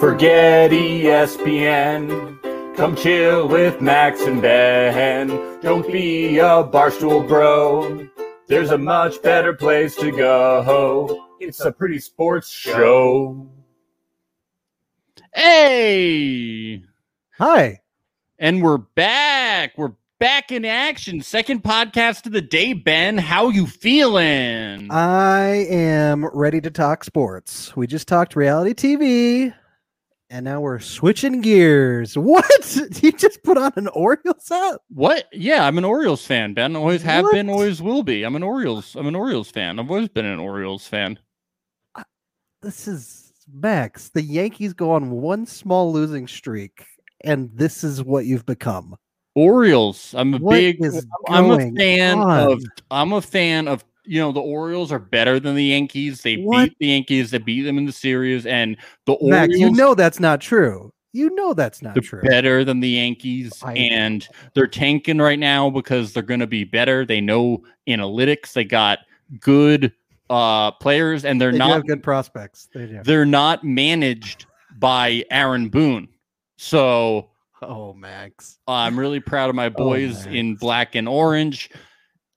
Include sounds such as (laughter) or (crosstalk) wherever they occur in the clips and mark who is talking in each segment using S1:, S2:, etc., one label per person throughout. S1: Forget E ESPN. Come chill with Max and Ben. Don't be a barstool bro. There's a much better place to go. It's a pretty sports show.
S2: Hey,
S3: Hi.
S2: and we're back. We're back in action. Second podcast of the day, Ben. How you feeling?
S3: I am ready to talk sports. We just talked reality TV and now we're switching gears. (laughs) What? You just put on an Orioles hat?
S2: what? Yeah, I'm an Orioles fan, Ben. Always have been,
S3: What?
S2: always will be. I'm an Orioles. I'm an Orioles fan. I've always been an Orioles fan.
S3: This is Max. The Yankees go on one small losing streak and this is what you've become.
S2: Orioles. I'm a
S3: What
S2: big
S3: is
S2: I'm a
S3: going
S2: fan
S3: on?
S2: of I'm a fan of you know the Orioles are better than the Yankees. They
S3: What?
S2: beat the Yankees. They beat them in the series, and the
S3: Max,
S2: Orioles
S3: you know that's not true. You know that's not
S2: they're
S3: true.
S2: better than the Yankees,
S3: I-
S2: and they're tanking right now because they're going to be better. They know analytics. They got good uh, players, and they're
S3: They do
S2: not
S3: have good prospects. They do.
S2: they're not managed by Aaron Boone. So
S3: Oh, Max.
S2: uh, I'm really proud of my boys in
S3: Oh, man.
S2: black and orange,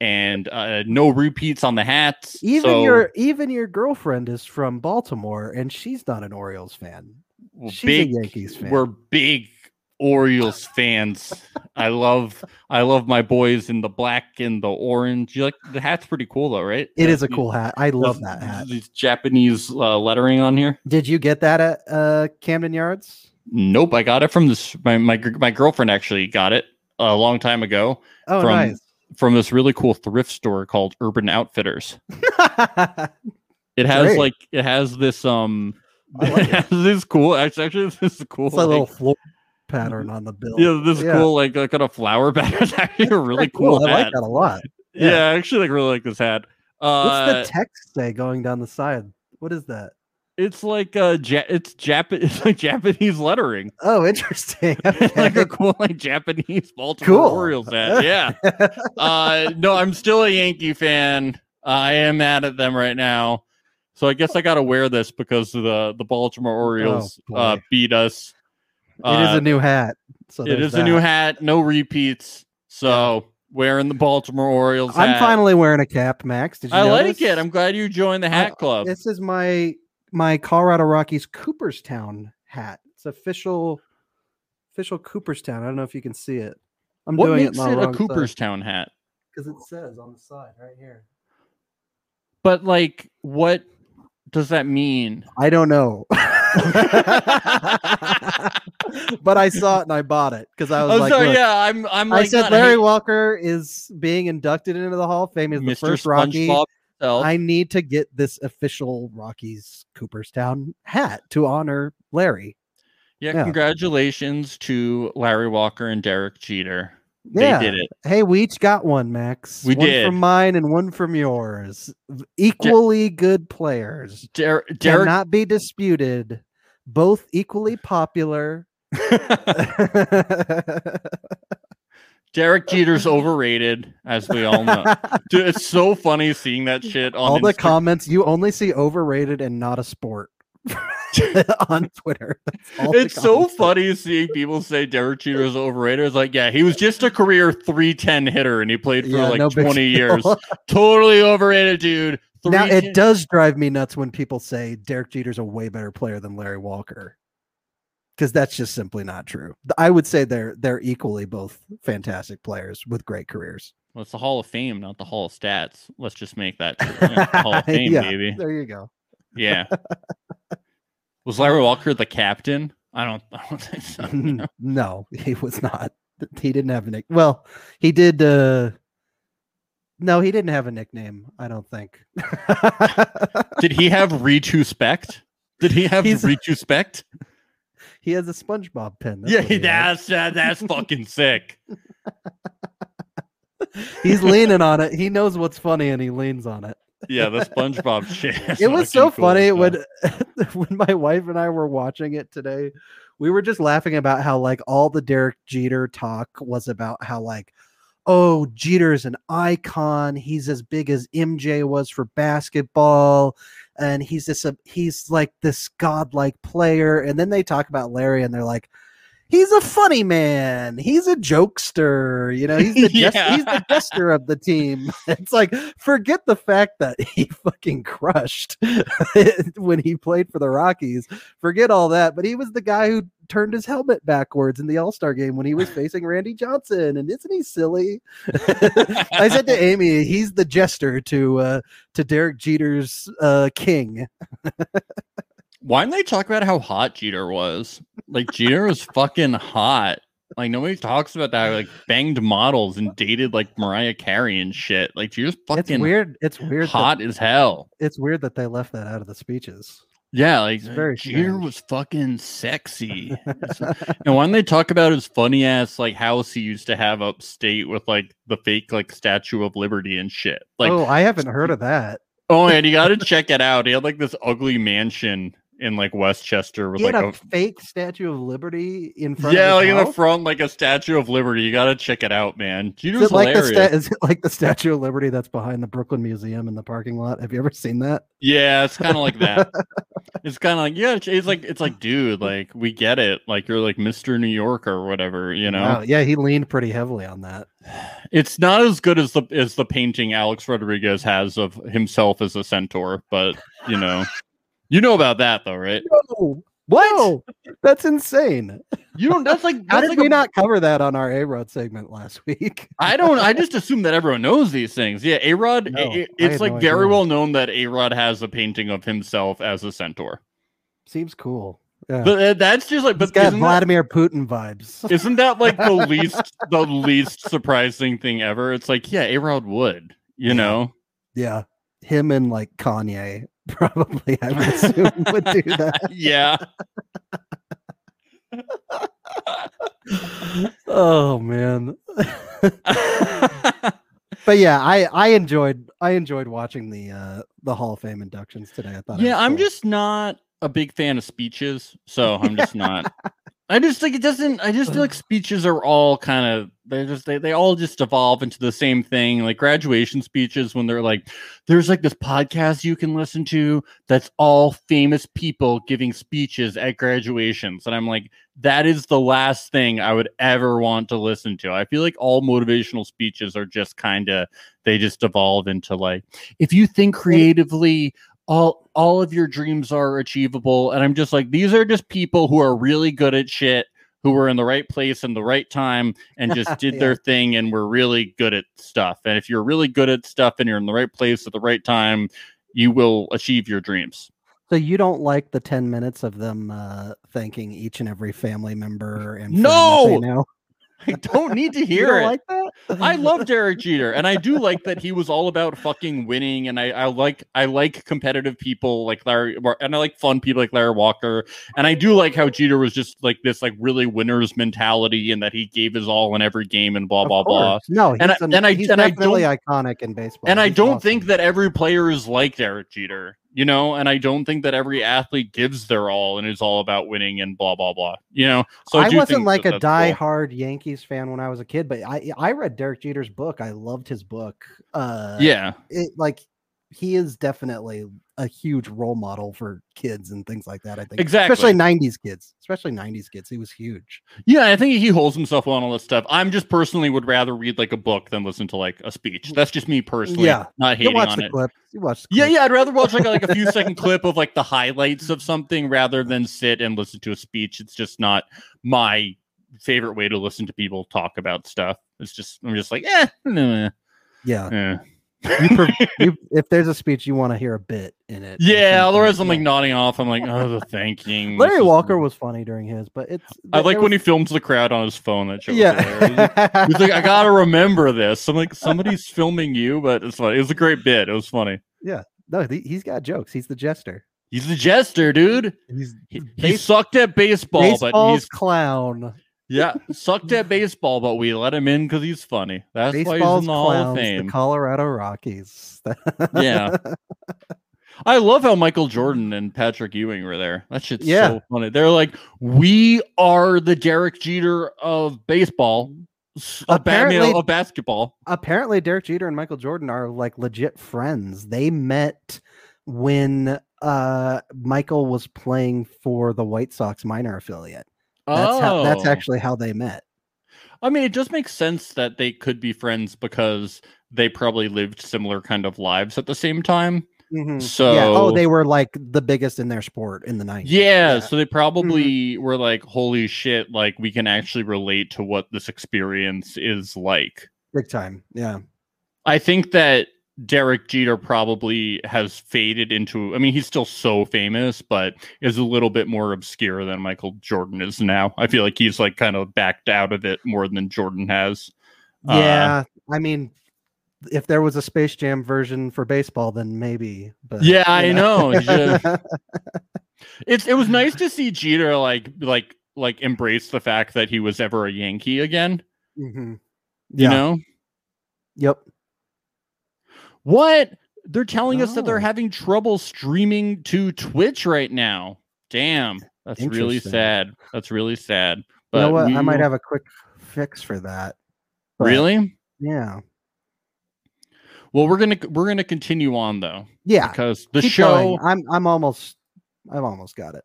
S2: and uh, no repeats on the hats.
S3: Even
S2: So,
S3: your even your girlfriend is from Baltimore, and she's not an Orioles fan.
S2: we're
S3: she's a
S2: big
S3: Yankees fan.
S2: We're big Orioles fans. I love I love my boys in the black and the orange. You like the hat's pretty cool though, right?
S3: It is a
S2: These-
S3: cool hat. I love
S2: these-
S3: that hat.
S2: These Japanese uh, lettering on here.
S3: Did you get that at uh, Camden Yards?
S2: Nope, I got it from this. My my gr- my girlfriend actually got it a long time ago
S3: Oh,
S2: From-
S3: nice. (laughs)
S2: from this really cool thrift store called Urban Outfitters. It has
S3: Great.
S2: like it has this um (laughs)
S3: I like it.
S2: this cool actually, actually (laughs) this is cool
S3: it's a
S2: like,
S3: little floor pattern on the bill.
S2: yeah this is
S3: Yeah.
S2: cool like like on a flower pattern (laughs) it's actually a really
S3: (laughs) Pretty
S2: cool,
S3: I
S2: hat.
S3: like that a lot.
S2: Yeah,
S3: Yeah.
S2: I actually like really like this hat. Uh,
S3: What's the text say going down the side? What is that?
S2: it's like uh, ja- it's Jap- (laughs) it's like Japanese lettering, (laughs)
S3: Oh, interesting.
S2: It's (laughs) like
S3: (laughs)
S2: a
S3: Okay.
S2: cool like Japanese Baltimore
S3: Cool.
S2: Orioles hat. Yeah.
S3: (laughs)
S2: uh, no, I'm still a Yankee fan. Uh, I am mad at them right now, so I guess I got to wear this because the the Baltimore Orioles
S3: Oh, boy.
S2: uh, beat us.
S3: it is a new hat. So
S2: uh, it is
S3: there's
S2: a new
S3: that.
S2: hat, no repeats. So wearing the Baltimore Orioles.
S3: I'm
S2: hat.
S3: finally wearing a cap, Max. Did you
S2: I like
S3: notice?
S2: it. I'm glad you joined the hat club.
S3: This is my my Colorado Rockies Cooperstown hat. It's official official Cooperstown. I don't know if you can see it. I'm
S2: what
S3: doing
S2: makes
S3: it, on the
S2: it a
S3: wrong
S2: Cooperstown hat?
S3: because it says on the side right here.
S2: But like, what does that mean?
S3: I don't
S2: (laughs)
S3: know. (laughs) but I saw it and I bought it because I was
S2: oh,
S3: like,
S2: so
S3: "Look,
S2: yeah, I'm. I'm
S3: I
S2: like
S3: said
S2: not
S3: Larry
S2: hating
S3: Walker is being inducted into the Hall of Fame as the
S2: Mr.
S3: first Rocky.
S2: SpongeBob himself.
S3: I need to get this official Rockies Cooperstown hat to honor Larry.
S2: yeah,
S3: yeah.
S2: congratulations to Larry Walker and Derek Jeter.
S3: Yeah.
S2: They did it.
S3: Hey, we each got one, Max.
S2: We
S3: one
S2: did.
S3: from mine and one from yours. V- Equally good players.
S2: Der- Derek.
S3: Cannot be disputed. Both
S2: (laughs)
S3: equally popular. (laughs)
S2: Derek Jeter's overrated, as we all know. Dude, it's so funny seeing that shit on
S3: All the
S2: Insta-
S3: comments you only see overrated and not a sport (laughs) on Twitter. That's all the
S2: It's so
S3: comments.
S2: funny seeing people say Derek Jeter is overrated. It's like, yeah, he was just a career 310 hitter and he played for
S3: Yeah,
S2: like
S3: no big
S2: 20
S3: (laughs)
S2: years.
S3: deal.
S2: Totally overrated, dude.
S3: now
S2: 310
S3: it does drive me nuts when people say Derek Jeter's a way better player than Larry Walker. Because that's just simply not true. Th- I would say they're they're equally both fantastic players with great careers.
S2: Well, it's the Hall of Fame, not the Hall of Stats. Let's just make
S3: (laughs)
S2: that true. Yeah, it's the Hall of Fame,
S3: Yeah.
S2: baby.
S3: There you go.
S2: Yeah. Was Larry Walker the captain? I don't. I don't think so.
S3: (laughs) N- (laughs) no, he was not. Th- He didn't have a nick. Well, he did. Uh, no, he didn't have a nickname. I don't think. (laughs)
S2: Did he have retrospect? Did he have
S3: He's-
S2: retrospect?
S3: he has a SpongeBob pen.
S2: Yeah,
S3: what he
S2: he, that's
S3: has.
S2: that, that's fucking sick.
S3: He's (laughs) leaning on it. He knows what's funny, and he leans on it.
S2: Yeah, the
S3: (laughs)
S2: SpongeBob shit. (laughs) is
S3: it was
S2: fucking
S3: so
S2: cool
S3: funny
S2: as hell.
S3: when (laughs) when my wife and I were watching it today. We were just laughing about how like all the Derek Jeter talk was about how like, oh, Jeter is an icon. He's as big as MJ was for basketball, and he's this uh, he's like this godlike player. And then they talk about Larry, and they're like, he's a funny man. He's a jokester. You know, he's the jest-
S2: Yeah.
S3: he's the jester of the team. (laughs) It's like forget the fact that he (laughs) fucking crushed (laughs) when he played for the Rockies. Forget all that. But he was the guy who turned his helmet backwards in the All Star game when he
S2: (laughs)
S3: was facing Randy Johnson. And isn't he silly? (laughs) I
S2: (laughs)
S3: said to Amy, he's the jester to uh, to Derek Jeter's uh, king.
S2: Why didn't they talk about how hot Jeter was? Like Jeter was fucking hot. Like nobody talks about that. Like banged models and dated like Mariah Carey and shit. Like Jeter's
S3: It's
S2: fucking
S3: weird. It's weird.
S2: hot as hell.
S3: That, it's weird that they left that out of the speeches.
S2: Yeah, like
S3: It's very
S2: Jeter
S3: strange.
S2: was fucking
S3: (laughs)
S2: sexy. and why don't they talk about his funny ass like house he used to have upstate with like the fake like Statue of Liberty and shit? Like
S3: oh, I haven't heard of that.
S2: Oh, and you got to check it out. He had like this ugly mansion in like Westchester with
S3: He had
S2: like
S3: a,
S2: a,
S3: fake Statue of Liberty in front.
S2: yeah,
S3: of
S2: like
S3: his
S2: in the
S3: house?
S2: front, like a Statue of Liberty. You got to check it out, man. Jeter's
S3: Is it, like the
S2: hilarious.
S3: sta- is it like the Statue of Liberty that's behind the Brooklyn Museum in the parking lot? Have you ever seen that?
S2: yeah, it's kind of like
S3: (laughs)
S2: that. it's kind of like yeah, it's- it's like it's like dude, like we get it. Like you're like Mister New York or whatever, you know.
S3: Wow, yeah, he leaned pretty heavily on that.
S2: It's not as good as the as the painting Alex Rodriguez has of himself as a centaur, but you (laughs) know, you know about that though, right?
S3: No, what? that's insane.
S2: You don't. That's like
S3: How
S2: that's
S3: did
S2: like
S3: we
S2: a
S3: not cover that on our A Road segment last (laughs) week?
S2: I don't. I just assume that everyone knows these things. Yeah, A Rod.
S3: No, I
S2: it's
S3: had
S2: like
S3: no
S2: very
S3: idea.
S2: well known that A Rod has a painting of himself as a centaur.
S3: (laughs) Seems cool. Yeah.
S2: But uh, that's just like.
S3: He's
S2: But
S3: got
S2: isn't that,
S3: Vladimir Putin vibes.
S2: isn't that like
S3: (laughs)
S2: the least the least surprising thing ever? It's like yeah, A Rod would. You know.
S3: Yeah, him and like Kanye (laughs) probably I would assume (laughs) would do that.
S2: (laughs) (laughs) Yeah.
S3: Oh man. (laughs) but yeah, I I enjoyed I enjoyed watching the uh the Hall of Fame inductions today. I thought it
S2: yeah,
S3: was
S2: I'm
S3: cool.
S2: just not a big fan of speeches,
S3: (laughs)
S2: so I'm just not. I just think it doesn't. I just feel like speeches are all kind of they're just they, they all just evolve into the same thing. Like graduation speeches when they're like, there's like this podcast you can listen to that's all famous people giving speeches at graduations, and I'm like, that is the last thing I would ever want to listen to. I feel like all motivational speeches are just kind of they just evolve into like if you think creatively all all of your dreams are achievable and i'm just like these are just people who are really good at shit who were in the right place in the right time and just did their thing and were really good at stuff and if you're really good at stuff and you're in the right place at the right time you will achieve your dreams (laughs)
S3: so you don't like the ten minutes of them uh thanking each and every family member and friend that
S2: No!
S3: they know?
S2: i don't need to
S3: You
S2: hear
S3: don't
S2: it
S3: like that? (laughs)
S2: I love Derek Jeter, and I do like that he was all about fucking winning, and I, I like I like competitive people like Larry, and I like fun people like Larry Walker, and I do like how Jeter was just like this like really winners mentality, and that he gave his all in every game, and blah
S3: Of
S2: blah blah.
S3: course. No, he's,
S2: And I-
S3: an-
S2: and I-
S3: he's
S2: and I
S3: definitely iconic in baseball.
S2: And I
S3: He's
S2: don't
S3: awesome.
S2: think that every player is like Derek Jeter, you know, and I don't think that every athlete gives their all and is all about winning and blah blah blah, you know. So
S3: I,
S2: do
S3: wasn't
S2: think
S3: like
S2: that
S3: a
S2: that's cool.
S3: die-hard Yankees fan when I was a kid, but I I read Derek Jeter's book. I loved his book. Uh,
S2: Yeah,
S3: it, like he is definitely a huge role model for kids and things like that. I think
S2: exactly.
S3: especially '90s kids, especially '90s kids. He was huge.
S2: Yeah, I think he holds himself well on all this stuff. I'm just personally would rather read like a book than listen to like a speech. That's just me personally.
S3: Yeah.
S2: not
S3: You
S2: hating
S3: watch
S2: on
S3: the
S2: it.
S3: clip. You watch. The
S2: Yeah,
S3: clip.
S2: yeah, I'd rather watch like a, like a few second clip of like the highlights of something rather than sit and listen to a speech. It's just not my favorite way to listen to people talk about stuff. It's just I'm just like eh, nah,
S3: yeah.
S2: eh.
S3: (laughs) You, if there's a speech, you want to hear a bit in it. or
S2: (laughs) yeah.
S3: something.
S2: Otherwise, I'm like
S3: Yeah.
S2: nodding off. I'm like oh, the thanking.
S3: Larry
S2: This is-
S3: Walker was funny during his, but it's.
S2: I
S3: there-
S2: like
S3: there
S2: when he
S3: was-
S2: films the crowd on his phone. That show. was hilarious.
S3: (laughs)
S2: (laughs)
S3: Yeah.
S2: He's like, I gotta remember this. I'm like, somebody's filming you, but it's funny. It was a great bit. It was funny.
S3: no, he, he's got jokes. He's the jester.
S2: He's a jester, dude.
S3: He's
S2: He, he
S3: Base-
S2: sucked at baseball, but
S3: baseball's
S2: he's
S3: clown.
S2: yeah, sucked at baseball, but we let him in because he's funny. That's why he's
S3: baseball's
S2: in the Hall of
S3: clowns.
S2: Fame.
S3: The Colorado Rockies. (laughs)
S2: Yeah. I love how Michael Jordan and Patrick Ewing were there. That shit's
S3: Yeah.
S2: so funny. They're like, we are the Derek Jeter of baseball. s- a, Batman,
S3: Apparently-
S2: a basketball.
S3: apparently Derek Jeter and Michael Jordan are like legit friends. They met when uh Michael was playing for the White Sox minor affiliate. That's how that's
S2: Oh.
S3: actually how they met.
S2: I mean, it just makes sense that they could be friends because they probably lived similar kind of lives at the same time. So
S3: yeah. Oh, they were like the biggest in their sport in the 90s.
S2: yeah, so they
S3: Mm-hmm.
S2: probably were like, "Holy shit! Like we can actually relate to what this experience is like."
S3: Big time. Yeah.
S2: I think that Derek Jeter probably has faded into. I mean, he's still so famous, but is a little bit more obscure than Michael Jordan is now. I feel like he's like kind of backed out of it more than Jordan has. Uh,
S3: Yeah. I mean, if there was a Space Jam version for baseball, then maybe. But
S2: Uh, Yeah, I
S3: you
S2: know.
S3: (laughs)
S2: it's just- It's it was nice to see Jeter like like like embrace the fact that he was ever a Yankee again.
S3: Mhm.
S2: You
S3: Yeah.
S2: know
S3: Yep.
S2: what? They're telling us that they're
S3: Oh.
S2: having trouble streaming to Twitch right now. Damn, that's really
S3: Interesting.
S2: sad. That's really sad. But
S3: You know what?
S2: we
S3: I might
S2: will-
S3: have a quick fix for that. but-
S2: really.
S3: Yeah.
S2: Well, we're gonna we're gonna continue on though
S3: Yeah.
S2: because the
S3: Ah, Keep
S2: show
S3: going. I'm I'm almost I've almost got it.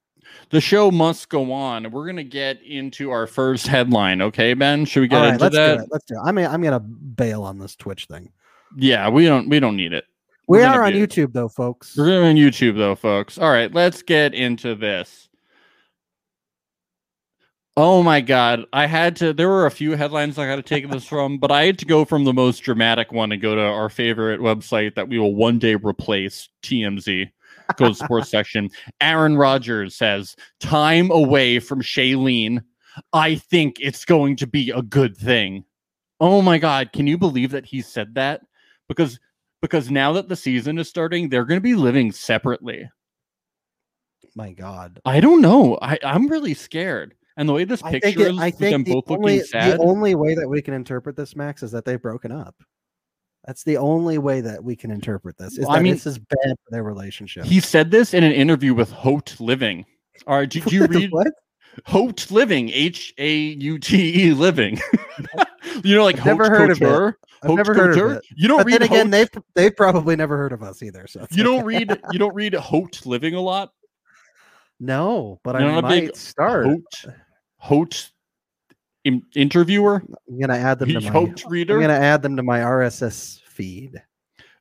S2: the show must go on, and we're gonna get into our first headline. Okay, Ben, should we get
S3: All right,
S2: into
S3: let's
S2: that?
S3: do it. Let's do it. I mean, I'm gonna bail on this Twitch thing.
S2: Yeah, we don't we don't need it. We're
S3: We
S2: gonna
S3: are on
S2: do-
S3: YouTube though, folks.
S2: We're going on YouTube though, folks. All right, let's get into this. Oh my god, I had to there were a few headlines I got to take this from, but I had to go from the most dramatic one and go to our favorite website that we will one day replace, TMZ. Go to the sports section. Aaron Rodgers says, "Time away from Shailene. I think it's going to be a good thing." Oh my god, can you believe that he said that? Because because now that the season is starting, they're going to be living separately.
S3: My God.
S2: I don't know. I, I'm really scared. And the way this picture is, with them both
S3: the, only,
S2: looking sad.
S3: the only way that we can interpret this, Max, is that they've broken up. That's the only way that we can interpret this. Is
S2: Well, I
S3: that
S2: mean-
S3: this is bad for their relationship. (laughs)
S2: he said this in an interview with Hote Living. All right, did you read
S3: (laughs) what?
S2: Hote Living? H A U T E Living. (laughs) you know, like
S3: I've never
S2: Haute
S3: heard of it.
S2: Couture?
S3: I've
S2: Haute
S3: never heard of
S2: Couture?
S3: it.
S2: You don't
S3: But
S2: read
S3: then again,
S2: Haute-
S3: they've they've probably never heard of us either. So it's
S2: you
S3: (laughs)
S2: don't
S3: okay.
S2: read you don't read Hote Living a lot.
S3: No, but
S2: You're
S3: I
S2: not a
S3: might
S2: big
S3: start.
S2: Hote Hote in- interviewer,
S3: I'm gonna add them to my.
S2: Hote reader.
S3: I'm gonna add them to my RSS feed.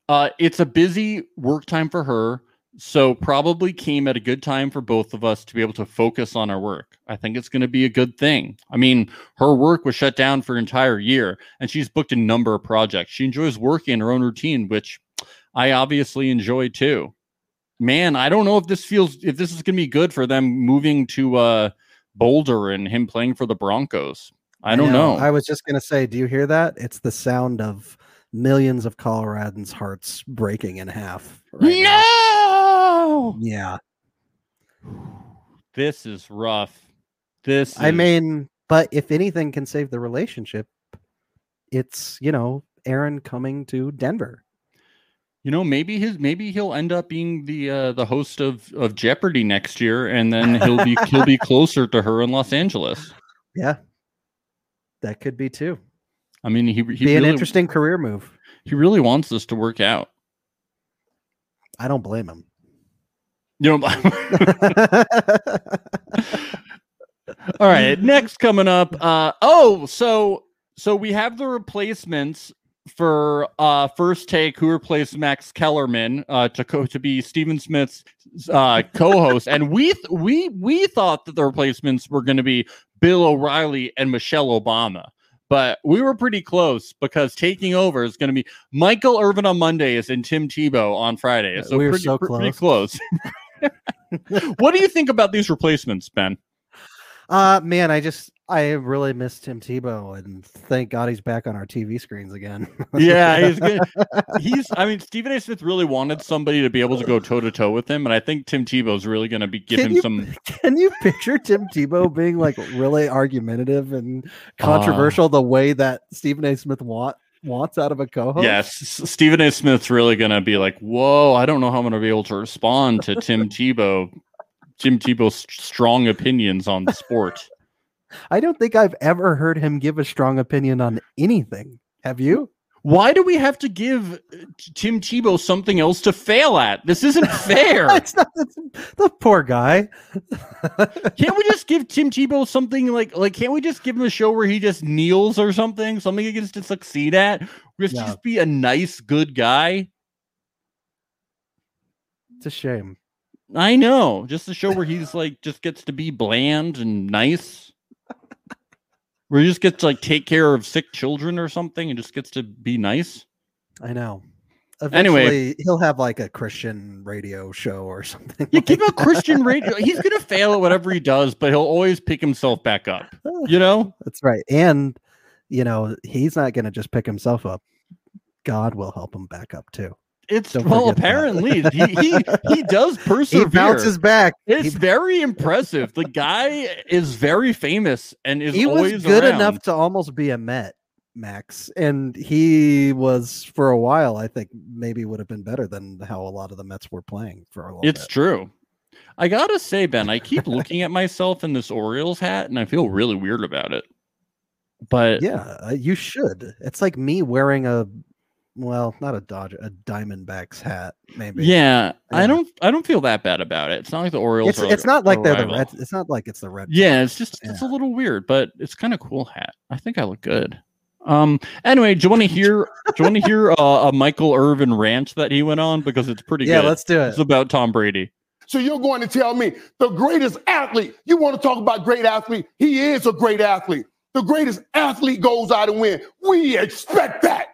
S2: Uh, it's a busy work time for her, so probably came at a good time for both of us to be able to focus on our work. I think it's going to be a good thing. I mean, her work was shut down for an entire year, and she's booked a number of projects. She enjoys working in her own routine, which I obviously enjoy too. Man, I don't know if this feels if this is going to be good for them moving to uh, Boulder and him playing for the Broncos. I don't know.
S3: I was just gonna say, do you hear that? It's the sound of millions of Coloradans' hearts breaking in half. right now.
S2: no.
S3: Yeah.
S2: This is rough. This
S3: I
S2: is-
S3: mean, but if anything can save the relationship, it's you know Aaron coming to Denver.
S2: you know maybe his maybe he'll end up being the uh, the host of of Jeopardy next year, and then he'll
S3: (laughs)
S2: be he'll be closer to her in Los Angeles.
S3: Yeah, that could be too.
S2: I mean, he he
S3: be an
S2: really,
S3: interesting career move.
S2: he really wants this to work out.
S3: I don't blame him.
S2: You
S3: (laughs)
S2: know. (laughs) All right, next coming up. Uh, oh, so so we have the replacements for uh, first take who replaced Max Kellerman uh, to co- to be Stephen Smith's uh, co-host, and we th- we we thought that the replacements were going to be Bill O'Reilly and Michelle Obama. But we were pretty close because taking over is going to be Michael Irvin on Mondays and Tim Tebow on Fridays. So
S3: We were
S2: pretty,
S3: so
S2: pre- pretty close. (laughs) what do you think about these replacements, Ben?
S3: (laughs) Uh man, I just I really miss Tim Tebow, and thank God he's back on our TV screens again. (laughs)
S2: yeah, he's good. He's. I mean, Stephen A. Smith really wanted somebody to be able to go toe to toe with him, and I think Tim Tebow's really going to be give
S3: Can
S2: him
S3: you-
S2: some.
S3: Can you picture Tim Tebow being like really argumentative and controversial the way that Stephen A. Smith want, wants out of a co-host?
S2: Yes, S- Stephen A. Smith's really going to be like, "Whoa, I don't know how I'm going to be able to
S3: (laughs)
S2: respond to Tim Tebow." Tim Tebow's s- strong opinions on the sport.
S3: I don't think I've ever heard him give a strong opinion on anything. Have you?
S2: Why do we have to give uh, T- Tim Tebow something else to fail at? This
S3: (laughs)
S2: isn't fair.
S3: It's not, it's, the poor guy.
S2: can't we just give Tim Tebow something like like? Can't we just give him a show where he just kneels or something? Something he gets to succeed at. Just
S3: Yeah.
S2: just be a nice, good guy.
S3: It's a shame.
S2: I know. Just a show where he's like just gets to be bland and nice. Where he just gets to like take care of sick children or something and just gets to be nice.
S3: I know.
S2: Anyway.
S3: Eventually, he'll have like a Christian radio show or something.
S2: You
S3: like
S2: give a Christian radio. He's gonna fail at whatever he does, but he'll always pick himself back up.
S3: that.
S2: You know?
S3: That's right. And, you know, he's not going to just pick himself up. God will help him back up too.
S2: It's
S3: Don't
S2: well
S3: forget that.
S2: apparently he, he he does persevere.
S3: He bounces back.
S2: it's
S3: he-
S2: very impressive. The guy is very famous and is
S3: he
S2: always
S3: was good
S2: around.
S3: enough to almost be a Met, Max. And he was for a while, I think maybe would have been better than how a lot of the Mets were playing for a little
S2: It's
S3: bit.
S2: true. I gotta say, Ben, I keep looking at myself in this Orioles hat, and I feel really weird about it. But
S3: Yeah, uh, you should. It's like me wearing a well, not a Dodger, a Diamondbacks hat, maybe.
S2: yeah, I
S3: Yeah.
S2: don't, I don't feel that bad about it. It's not like the Orioles.
S3: It's,
S2: are
S3: it's
S2: our-
S3: not like
S2: our
S3: they're the
S2: rival.
S3: red. It's not like it's the red.
S2: Yeah, it's just it's a
S3: Yeah.
S2: little weird, but it's kind of cool hat. I think I look good. Um. Anyway, do you want to hear? do you want to hear uh, a Michael Irvin rant that he went on because it's pretty
S3: Yeah,
S2: good.
S3: let's do it.
S2: it's about Tom Brady.
S4: So you're going to tell me the greatest athlete, you want to talk about great athlete? He is a great athlete. The greatest athlete goes out and win. We expect that.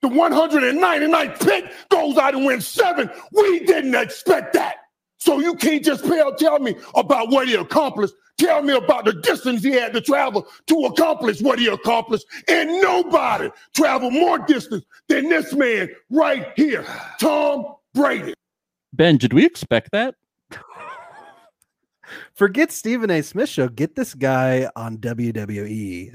S4: The 199th pick goes out and wins seven. We didn't expect that. So you can't just tell, tell me about what he accomplished. Tell me about the distance he had to travel to accomplish what he accomplished. And nobody traveled more distance than this man right here, Tom Brady.
S2: Ben, did we expect
S3: (laughs)
S2: that?
S3: Forget Stephen A. Smith show. Get this guy on E.
S2: (laughs)
S3: WWE.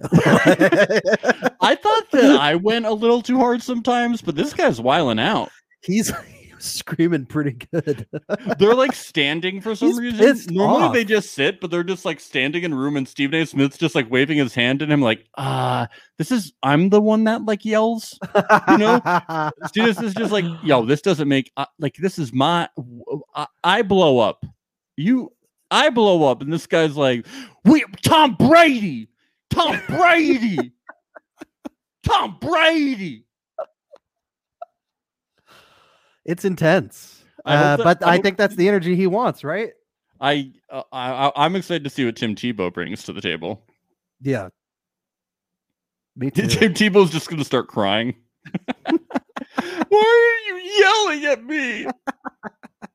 S2: I thought that I went a little too hard sometimes, but this guy's wiling out.
S3: (laughs) He's he was screaming pretty good.
S2: They're like standing for some
S3: He's pissed
S2: reason. Normally
S3: off.
S2: they just sit, but they're just like standing in room, and Stephen A. Smith's just like waving his hand at him, like, "Ah, this is I'm the one that like yells." You
S3: know,
S2: Stephen A. Smith's just like, "Yo, this doesn't make uh, like this is my w- I, I blow up, you I blow up," and this guy's like, "We Tom Brady, Tom Brady,
S3: (laughs)
S2: Tom Brady."
S3: (laughs) it's intense.
S2: I hope
S3: Uh,
S2: that-
S3: but
S2: I
S3: I,
S2: hope-
S3: think that's the energy he wants, right?
S2: I, uh, I I- I'm excited to see what Tim Tebow brings to the table.
S3: Yeah. Me too.
S2: (laughs) Tim Tebow's just gonna start crying. (laughs) Why are you yelling at me?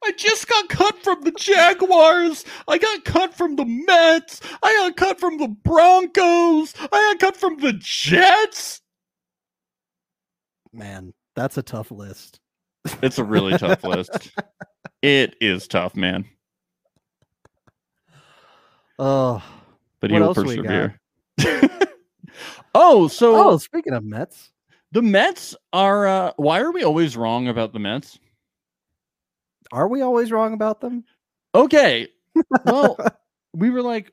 S2: I just got cut from the Jaguars. I got cut from the Mets. I got cut from the Broncos. I got cut from the Jets.
S3: Man, that's a tough list.
S2: It's a really
S3: (laughs)
S2: tough list. It is tough, man.
S3: Oh.
S2: But
S3: What
S2: he will
S3: else we got?
S2: persevere. (laughs) oh, so
S3: Oh, speaking of Mets,
S2: the Mets are. Uh, why are we always wrong about the Mets?
S3: are we always wrong about them?
S2: okay well
S3: (laughs)
S2: we were like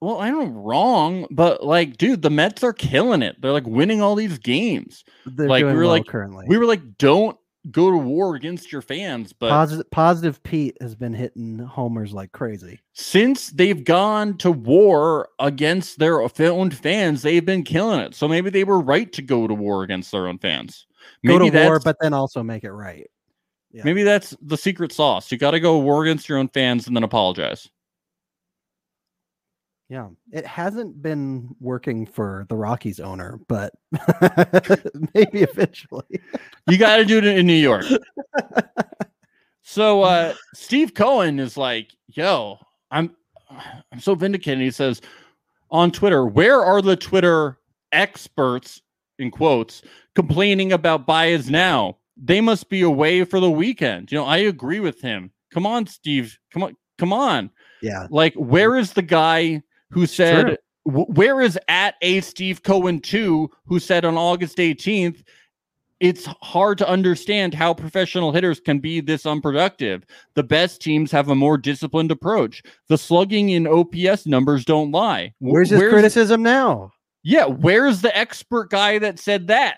S2: well i don't know, wrong but like dude the mets are killing it they're like winning all these games
S3: They're
S2: Like, we
S3: doing
S2: were
S3: well
S2: like-
S3: currently.
S2: we were like don't go to war against your fans but
S3: Positive, positive Pete has been hitting homers like crazy.
S2: since they've gone to war against their own fans they've been killing it so maybe they were right to go to war against their own fans maybe
S3: Go to
S2: that's
S3: war, but then also make it right. yeah.
S2: maybe that's the secret sauce you got to go war against your own fans and then apologize
S3: Yeah, it hasn't been working for the Rockies owner, but (laughs) maybe eventually.
S2: You got to do it in New York. So uh, Steve Cohen is like, "Yo, I'm, I'm so vindicated." He says on Twitter, "Where are the Twitter experts in quotes complaining about bias now? They must be away for the weekend." You know, I agree with him. Come on, Steve. Come on, come on.
S3: Yeah,
S2: Like, where is the guy who said, "Wh- where is at a Steve Cohen 2 who said on August 18th, it's hard to understand how professional hitters can be this unproductive. The best teams have a more disciplined approach. The slugging and OPS numbers don't lie. W-
S3: Where's his criticism now?
S2: Yeah, where's the expert guy that said that?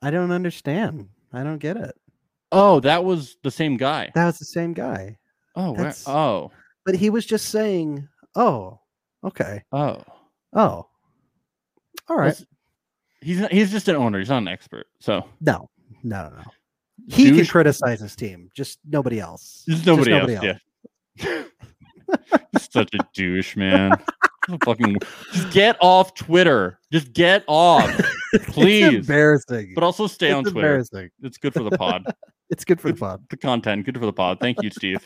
S3: I don't understand. I don't get it.
S2: Oh, that was the same guy.
S3: That was the same guy,
S2: Oh, where,
S3: that's-
S2: oh,
S3: but he was just saying, "Oh, okay,
S2: oh.
S3: oh, all right."
S2: That's- He's not, he's just an owner. He's not an expert. So
S3: No, no, no, no. He can
S2: Douche-
S3: criticize his team, just nobody else.
S2: There's nobody,
S3: nobody
S2: else. Yeah. Such a douche, man. fucking just get off Twitter. Just get off,
S3: (laughs) It's
S2: please.
S3: embarrassing.
S2: But also stay
S3: it's
S2: on Twitter.
S3: embarrassing.
S2: It's good for the pod.
S3: It's good for the pod.
S2: The content, good for the pod. Thank you, Steve.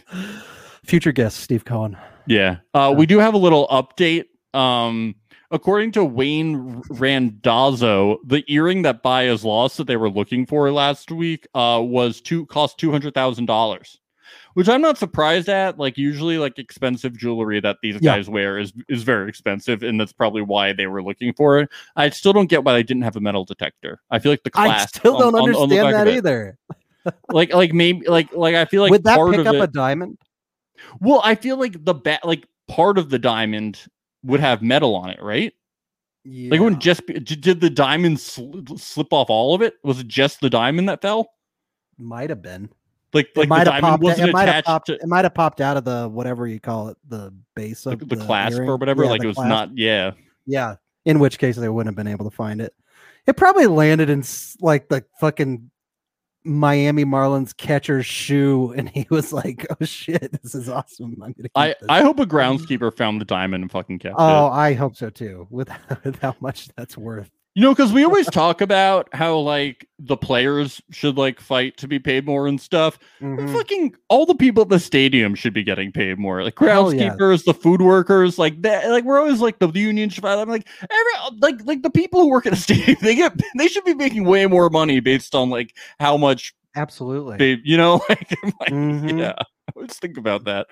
S3: Future guest Steve Cohen.
S2: Yeah. Uh, we do have a little update. Um, according to Wayne Randazzo, the earring that Baez lost that they were looking for last week uh, was two cost two hundred thousand dollars, which I'm not surprised at. Like usually, like expensive jewelry that these
S3: Yeah.
S2: guys wear is is very expensive, and that's probably why they were looking for it. I still don't get why they didn't have a metal detector. I feel like the class.
S3: I still
S2: on-
S3: don't
S2: on- on the
S3: understand
S2: back of
S3: that
S2: it.
S3: either.
S2: Like, like maybe, like, like I feel like
S3: Would that
S2: part
S3: pick
S2: of
S3: up
S2: it-
S3: a diamond?
S2: well, I feel like the bat, like part of the diamond would have metal on it, right?
S3: Yeah.
S2: Like, it wouldn't just be, d- did the diamond sl- slip off all of it? Was it just the diamond that fell?
S3: might have been.
S2: Like,
S3: It
S2: like the
S3: might have
S2: diamond
S3: popped.
S2: wasn't
S3: It might have
S2: attached
S3: popped.
S2: to
S3: It might have popped out of the whatever you call it, the base
S2: the,
S3: of
S2: the clasp or
S3: earring.
S2: whatever.
S3: Yeah,
S2: like,
S3: the
S2: it was
S3: clasp.
S2: not, yeah.
S3: Yeah. In which case, they wouldn't have been able to find it. It probably landed in s- like the fucking Miami Marlins catcher's shoe, (laughs) and he was like, "Oh shit, this is awesome." I'm gonna. Keep
S2: I, (laughs)
S3: this."
S2: I hope a
S3: (laughs)
S2: groundskeeper found the diamond and fucking kept it.
S3: Oh, I hope so too. (laughs) With, with how much that's worth.
S2: You know, because we always talk about how, like, the players should, like, fight to be paid more and stuff.
S3: Mhm.
S2: Fucking all the people at the stadium should be getting paid more. Like
S3: Hell yeah.
S2: groundskeepers, the food workers, like that. Like we're always like the, the union should fight. I'm like every like like the people who work at a (laughs) stadium, they get they should be making way more money based on like how much
S3: Absolutely.
S2: they you know (laughs) like, I'm like, (laughs)
S3: Mhm.
S2: yeah. Let's think about that.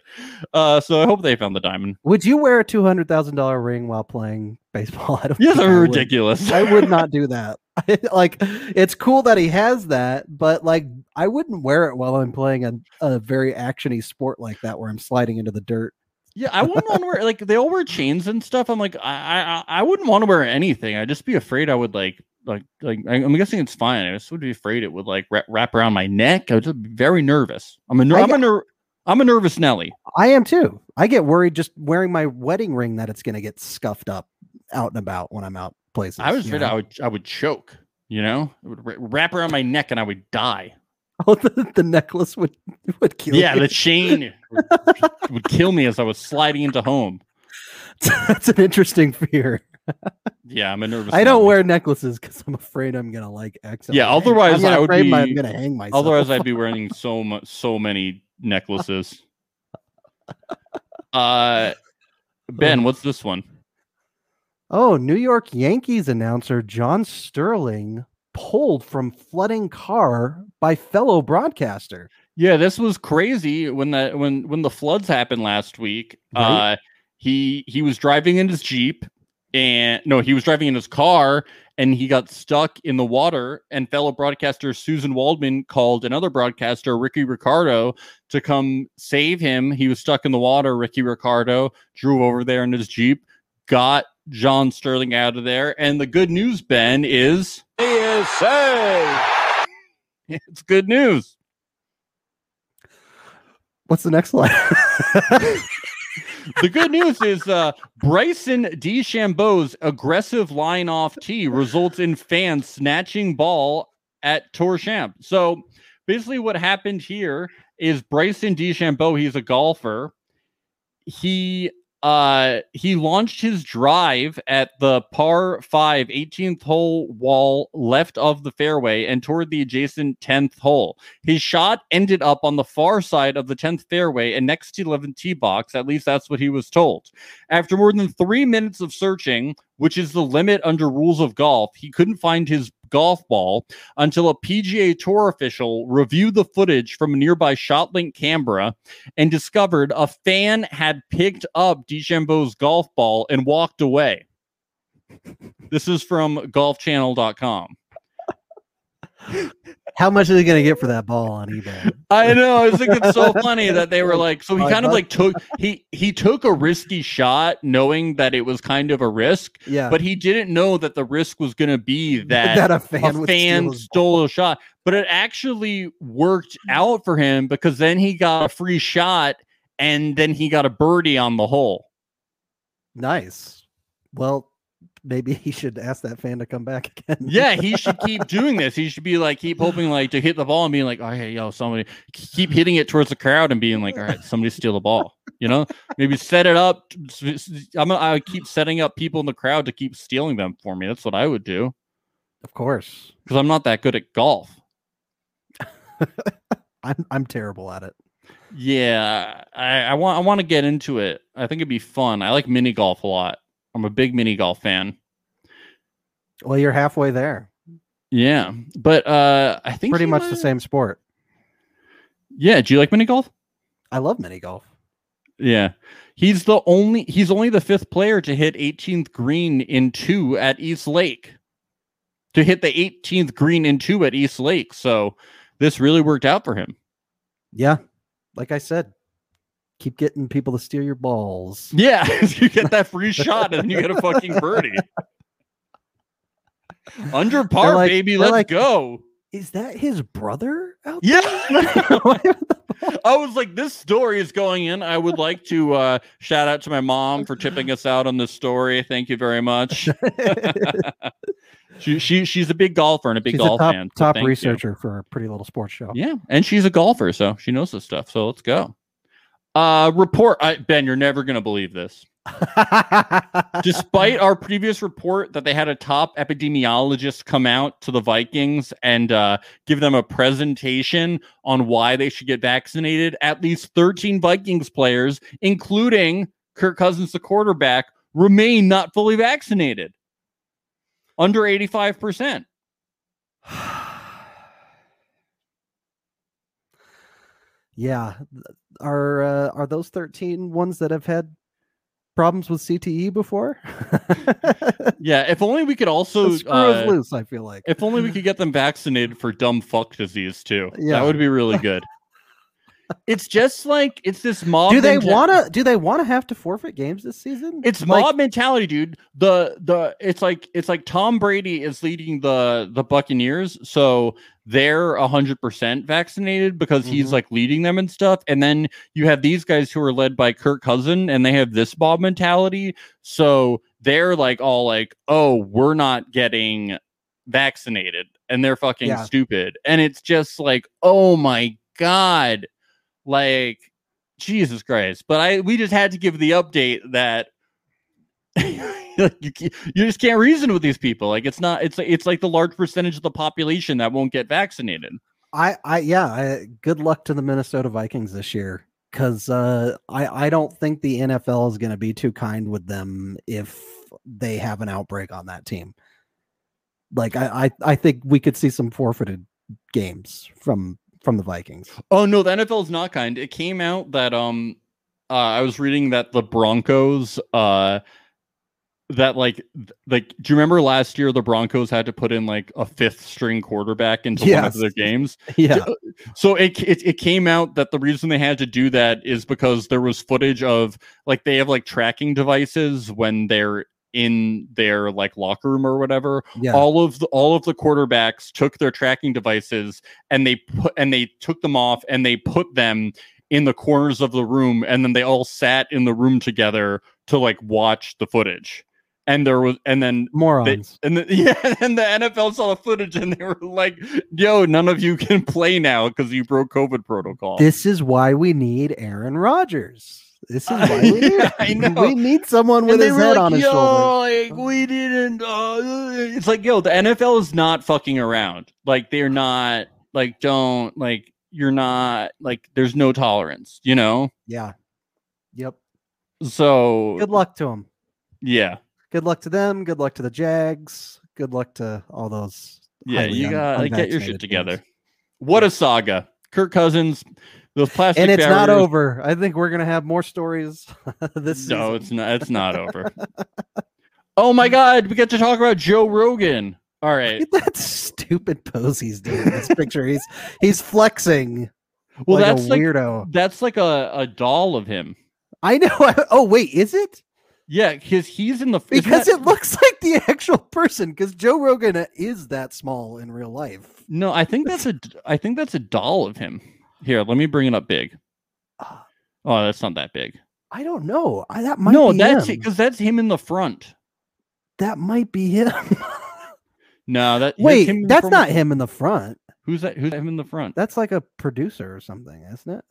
S2: Uh, so I hope they found the diamond.
S3: Would you wear a two hundred thousand dollar ring while playing baseball? (laughs) I don't
S2: Yeah,
S3: think
S2: they're
S3: I would.
S2: ridiculous. (laughs)
S3: I would not do that. (laughs) like, it's cool that he has that, but like, I wouldn't wear it while I'm playing a, a very actiony sport like that, where I'm sliding into the dirt.
S2: Yeah, I wouldn't want to wear like they all wear chains and stuff. I'm like, I I, I wouldn't want to wear anything. I'd just be afraid I would like like like I- I'm guessing it's fine. I just would be afraid it would like wrap, wrap around my neck. I would just be very nervous. I'm a ner-
S3: I
S2: I'm a
S3: got-
S2: ner- I'm a nervous Nelly.
S3: I am too. I get worried just wearing my wedding ring that it's going to get scuffed up out and about when I'm out places.
S2: I was
S3: you
S2: afraid
S3: know?
S2: I would I would choke. You know, it would wra- wrap around my neck and I would die.
S3: (laughs) Oh, the, the necklace would would kill.
S2: Yeah,
S3: you. (laughs)
S2: the chain would, would kill me as I was sliding into home.
S3: that's an interesting fear.
S2: Yeah, I'm a nervous.
S3: I don't
S2: Nelly.
S3: wear necklaces because I'm afraid I'm gonna like accidentally.
S2: Yeah,
S3: hang-
S2: otherwise
S3: I'm gonna
S2: I would
S3: afraid my-
S2: be-
S3: I'm gonna hang myself.
S2: Otherwise, I'd be wearing so much, so many necklaces. Uh, Ben, what's this one?
S3: Oh, New York Yankees announcer John Sterling pulled from flooding car by fellow broadcaster.
S2: Yeah, this was crazy when that when when the floods happened last week.
S3: Right.
S2: Uh, he he was driving in his jeep, and no, he was driving in his car, and he got stuck in the water. And fellow broadcaster Susan Waldman called another broadcaster Ricky Ricardo to come save him. He was stuck in the water. Ricky Ricardo drove over there in his jeep, got John Sterling out of there, and the good news, Ben, is (laughs)
S1: He is saved.
S2: it's good news.
S3: What's the next line? (laughs)
S2: the good news is uh, Bryson DeChambeau's aggressive line off tee results in fans snatching ball at Torchamp. So basically, what happened here is Bryson DeChambeau. He's a golfer. He uh he launched his drive at the par 5 18th hole wall left of the fairway and toward the adjacent 10th hole his shot ended up on the far side of the 10th fairway and next to 11th tee box. At least that's what he was told. After more than three minutes of searching, which is the limit under rules of golf, he couldn't find his golf ball until a PGA Tour official reviewed the footage from a nearby ShotLink Canberra and discovered a fan had picked up DeChambeau's golf ball and walked away. This is from golfchannel.com.
S3: How much is he going to get for that ball on eBay?
S2: I know. I think it's so funny that they
S3: (laughs)
S2: were like, so he
S3: I
S2: kind of
S3: love-
S2: like took he he took a risky shot, knowing that it was kind of a risk,
S3: Yeah,
S2: but he didn't know that the risk was going to be that,
S3: that a
S2: a
S3: fan,
S2: fan,
S3: would steal his ball.
S2: stole a shot. But it actually worked out for him because then he got a free shot, and then he got a birdie on the hole.
S3: Nice. Well, maybe he should ask that fan to come back again.
S2: yeah, he should keep doing this. He should be like keep hoping like to hit the ball and being like, oh hey, yo, somebody keep hitting it towards the crowd and being like, all right, somebody steal the ball. You know, maybe set it up. I'm gonna I keep setting up people in the crowd to keep stealing them for me. That's what I would do
S3: of course.
S2: because I'm not that good at golf.
S3: I'm I'm terrible at it.
S2: Yeah, I, I want I want to get into it. I think it'd be fun. I like mini golf a lot. I'm a big mini golf fan.
S3: Well, you're halfway there.
S2: Yeah, but uh, I think
S3: Pretty
S2: he
S3: much the
S2: might-
S3: same sport.
S2: Yeah, do you like mini golf?
S3: I love mini golf.
S2: Yeah. He's the only he's only the fifth player to hit 18th green in 2 at East Lake. To hit the 18th green in 2 at East Lake. So this really worked out for him. (laughs)
S3: Yeah. Like I said, keep getting people to steal your balls.
S2: Yeah, (laughs) you get that free shot and then you get a fucking
S3: (laughs)
S2: birdie. Under par,
S3: like-
S2: baby.
S3: they're
S2: Let's
S3: like-
S2: go.
S3: Is that his brother out
S2: Yeah.
S3: (laughs)
S2: (laughs)
S3: there? Why would-
S2: I was like, this story is going in. I would like to uh, shout out to my mom for tipping us out on this story. Thank you very
S3: (laughs)
S2: much. she, she she's a big golfer and a big
S3: She's a
S2: golf
S3: top,
S2: fan. so
S3: top
S2: thank you.
S3: researcher for a pretty little sports show.
S2: Yeah, and she's a golfer, so she knows this stuff. So let's go. Uh, report, I, Ben. You're never gonna believe this. Despite our previous report that they had a top epidemiologist come out to the Vikings and uh, give them a presentation on why they should get vaccinated, at least 13 Vikings players, including Kirk Cousins, the quarterback, remain not fully vaccinated, under 85 percent.
S3: (sighs) yeah. th- Are uh, are those 13 ones that have had problems with CTE before? (laughs)
S2: Yeah, if only we could
S3: The
S2: also
S3: screw is
S2: uh,
S3: loose, I feel like.
S2: if only we could get them vaccinated for dumb fuck disease too.
S3: Yeah.
S2: That would be
S3: (laughs)
S2: really good. it's just like it's this mob
S3: do they
S2: menta-
S3: want to do they want to have to forfeit games this season?
S2: it's
S3: Like,
S2: mob mentality, dude. The the it's like it's like Tom Brady is leading the the Buccaneers, so they're hundred percent vaccinated because
S3: Mhm.
S2: he's like leading them and stuff. And then you have these guys who are led by Kirk Cousin, and they have this mob mentality, so they're like all like, oh, we're not getting vaccinated, and they're fucking
S3: Yeah.
S2: stupid. And it's just like, oh my god, like. Jesus Christ! But I we just had to give the update that (laughs) like you, ca- you just can't reason with these people. Like it's not it's it's like the large percentage of the population that won't get vaccinated.
S3: I, I, yeah, I, good luck to the Minnesota Vikings this year because uh, I, I don't think the NFL is going to be too kind with them if they have an outbreak on that team. Like, I, I, I think we could see some forfeited games from from
S2: (laughs)
S3: the Vikings.
S2: Oh no, the NFL is not kind. It came out that um uh, I was reading that the Broncos uh that like th- like do you remember last year the Broncos had to put in like a fifth string quarterback into one
S3: Yes.
S2: of their games?
S3: Yeah,
S2: So it, it it came out that the reason they had to do that is because there was footage of like they have like tracking devices when they're in their like locker room or whatever.
S3: yeah,
S2: All of the all of the quarterbacks took their tracking devices and they put and they took them off and they put them in the corners of the room and then they all sat in the room together to like watch the footage. And there was and then (laughs)
S3: morons.
S2: and the, yeah, and the NFL saw the footage and they were like, "Yo, none of you can (laughs) play now because you broke COVID protocol."
S3: this is why we need Aaron Rodgers. This is why we need.
S2: (laughs) Yeah, I know.
S3: We need someone
S2: And
S3: with
S2: they
S3: his
S2: were
S3: head
S2: like,
S3: on his
S2: "Yo,
S3: shoulder.
S2: like we didn't. Uh, it's like, yo, the NFL is not fucking around. Like they're not. Like don't like you're not like there's no tolerance. You know.
S3: Yeah. Yep.
S2: So
S3: Good luck to him.
S2: yeah,
S3: good luck to them. Good luck to the Jags. Good luck to all those.
S2: yeah,
S3: highly
S2: you
S3: un-
S2: gotta like, get your
S3: unvaccinated
S2: shit
S3: teams.
S2: together. What a saga, Kirk Cousins. Those plastic
S3: And it's not
S2: barriers-
S3: over. I think we're gonna have more stories (laughs) this
S2: No,
S3: season. (laughs)
S2: it's not. It's not over. Oh my God, we got to talk about Joe Rogan. All right.
S3: (laughs) Look at that stupid pose he's doing in this picture. He's he's flexing
S2: Well,
S3: like
S2: that's
S3: a
S2: like
S3: weirdo.
S2: that's like a, a doll of him.
S3: I know. Oh wait, is it?
S2: Yeah, because he's in the isn't
S3: Because
S2: that-
S3: it looks like the actual person. Because Joe Rogan uh, is that small in real life.
S2: No, I think that's a d- I think that's a doll of him. Here, let me bring it up big.
S3: Ah.
S2: Oh, that's not that big.
S3: I don't know. I, that might
S2: no,
S3: be
S2: that's
S3: him.
S2: because that's him in the front.
S3: that might be him. (laughs)
S2: No, that that's
S3: wait,
S2: him in the
S3: that's
S2: front.
S3: not him in the front.
S2: Who's that? Who's him in the front?
S3: That's like a producer or something, isn't it?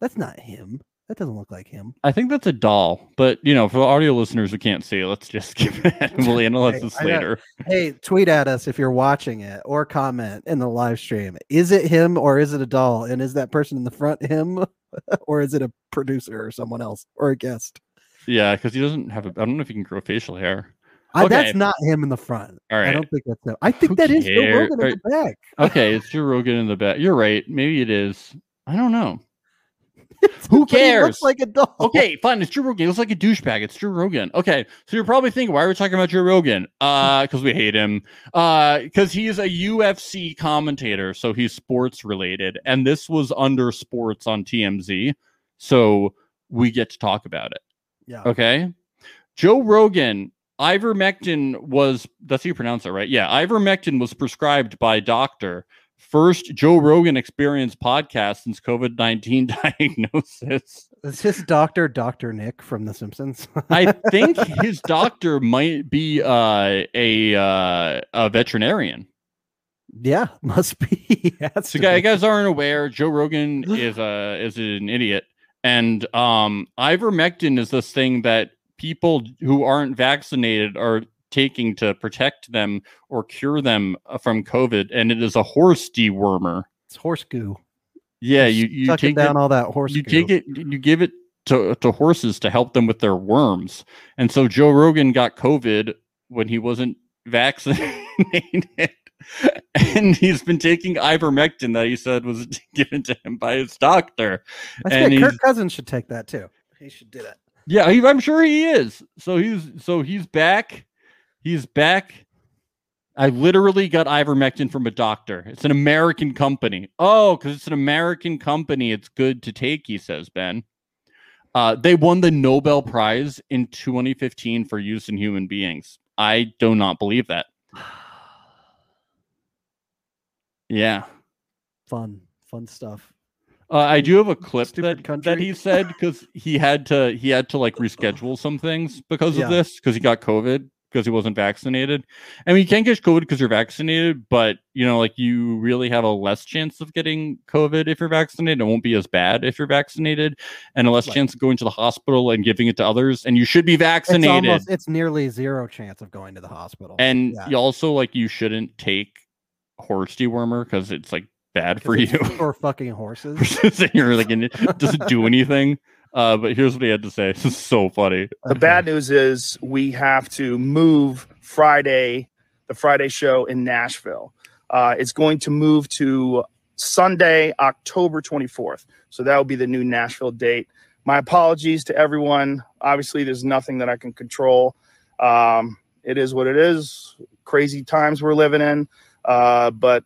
S3: That's not him. That doesn't look like him.
S2: I think that's a doll, but you know, for the audio listeners who can't see, let's just (laughs) give
S3: (laughs)
S2: it. We'll analyze
S3: Okay,
S2: this
S3: I got-
S2: later.
S3: Hey, tweet at us if you're watching it or comment in the live stream. Is it him or is it a doll? And is that person in the front him (laughs) or is it a producer or someone else or a guest?
S2: Yeah, because he doesn't have. A, I don't know if he can grow facial hair.
S3: I,
S2: Okay.
S3: that's not him in the front.
S2: All
S3: I
S2: right.
S3: don't think that's him. I think
S2: Who
S3: that is Joe
S2: cares?
S3: Rogan in the back. (laughs)
S2: Okay, it's Joe Rogan in the back. You're right. Maybe it is. I don't know. Who
S3: But he
S2: cares?
S3: looks like a doll.
S2: (laughs) Okay, fine. It's Joe Rogan. It looks like a douchebag. It's Joe Rogan. Okay, so you're probably thinking, why are we talking about Joe Rogan? Uh, because we hate him. Uh, because he's a UFC commentator, so he's sports related, and this was under sports on TMZ, so we get to talk about it.
S3: Yeah.
S2: Okay. Joe Rogan, ivermectin was that's how you pronounce it, right? Yeah, ivermectin was prescribed by doctor. First Joe Rogan experience podcast since COVID nineteen (laughs) diagnosis.
S3: (laughs) Is his doctor Dr. Nick from The Simpsons? (laughs)
S2: I think his doctor might be uh, a uh, a veterinarian.
S3: yeah, must be. (laughs) That's
S2: So, guy, you guys aren't aware. Joe
S3: (gasps)
S2: Rogan is a is an idiot, and um, ivermectin is this thing that people who aren't vaccinated are taking to protect them or cure them uh, from COVID, and it is a horse dewormer.
S3: It's horse goo.
S2: Yeah, you you
S3: Sucking
S2: take it,
S3: down all that horse
S2: you
S3: goo.
S2: take it you give it to, to horses to help them with their worms and so joe rogan got covid when he wasn't vaccinated (laughs) and he's been taking ivermectin that he said was (laughs) given to him by his doctor
S3: That's
S2: and
S3: good.
S2: he's-
S3: Kirk Cousins should take that too. He should do that.
S2: yeah he, i'm sure he is so he's so he's back he's back i literally got ivermectin from a doctor it's an american company oh because it's an american company it's good to take he says ben Uh, they won the Nobel Prize in 2015 for use in human beings. I do not believe that. Yeah.
S3: (sighs) Fun, fun stuff.
S2: Uh, I do have a clip
S3: Stupid
S2: that, that
S3: country.
S2: he said because he had to he had to
S3: (laughs)
S2: like reschedule some things because
S3: Yeah.
S2: of this because he got COVID because he wasn't vaccinated. I mean, you can't get COVID because you're vaccinated, but you know, like you really have a less chance of getting COVID if you're vaccinated. It won't be as bad if you're vaccinated, and a less
S3: Right.
S2: chance of going to the hospital and giving it to others. And you should be
S3: It's
S2: vaccinated.
S3: almost it's nearly zero chance of going to the hospital.
S2: And
S3: Yeah.
S2: you also like you shouldn't take horse dewormer because it's like bad
S3: 'Cause
S2: for you.
S3: it's (laughs) for fucking horses.
S2: So You're like (laughs) and it doesn't do anything. Uh, but here's what he had to say. (laughs) This is so funny.
S5: The bad news is we have to move Friday, the Friday show in Nashville. Uh, it's going to move to Sunday, October 24th. So that will be the new Nashville date. My apologies to everyone. Obviously, there's nothing that I can control. Um, it is what it is. Crazy times we're living in. Uh, but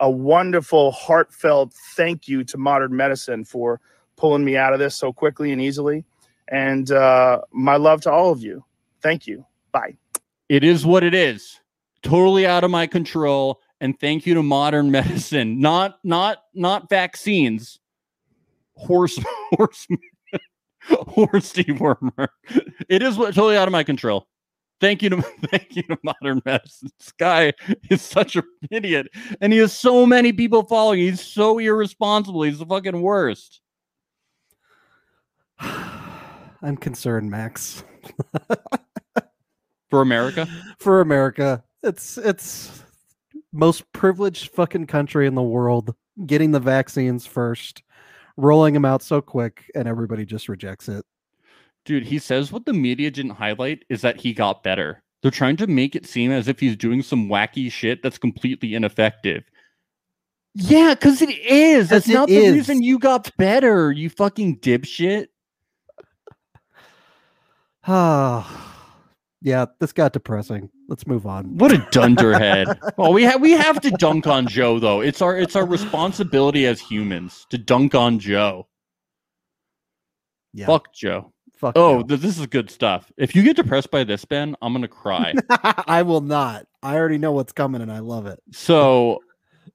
S5: a wonderful, heartfelt thank you to Modern Medicine for pulling me out of this so quickly and easily and uh, my love to all of you. Thank you. Bye.
S2: It is what it is. Totally out of my control. And thank you to modern (laughs) medicine. Not not not vaccines. Horse (laughs) horse horse dewormer. It is what totally out of my control. Thank you to (laughs) thank you to modern medicine. This guy is such an idiot. And he has so many people following. He's so irresponsible. He's the fucking worst.
S3: (sighs) I'm concerned, Max.
S2: For America.
S3: for America. It's it's most privileged fucking country in the world getting the vaccines first, rolling them out so quick and everybody just rejects it. (sighs)
S2: Dude, he says what the media didn't highlight is that he got better. They're trying to make it seem as if he's doing some wacky shit that's completely ineffective. Yeah, because it is. That's
S3: Because it
S2: not the
S3: is.
S2: reason you got better, you fucking dipshit.
S3: Ah. Yeah, this got depressing. Let's move on.
S2: What a
S3: (laughs)
S2: dunderhead! well, we have we have to dunk on Joe though. It's our it's our responsibility as humans to dunk on Joe.
S3: Yeah.
S2: Fuck Joe.
S3: fuck
S2: Oh,
S3: no.
S2: th- this is good stuff. If you get depressed by this, Ben, I'm gonna cry.
S3: (laughs) I will not. I already know what's coming and I love it.
S2: so,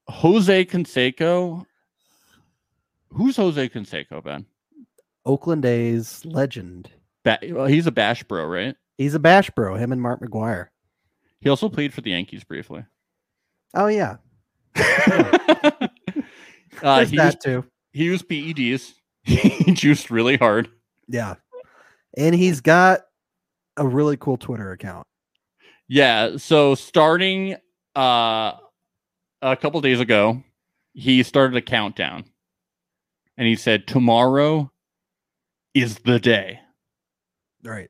S2: Jose Canseco. Who's Jose Canseco, Ben?
S3: Oakland A's legend.
S2: Ba- well, he's a bash bro, right?
S3: He's a bash bro, him and Mark McGuire.
S2: He also played for the Yankees briefly. (laughs)
S3: Oh yeah.
S2: uh,
S3: There's
S2: he,
S3: that
S2: used,
S3: too.
S2: he used PEDs. (laughs) he juiced really hard.
S3: Yeah. And he's got a really cool Twitter account.
S2: Yeah. So starting uh, a couple days ago, he started a countdown, and he said, "Tomorrow is the day."
S3: Right.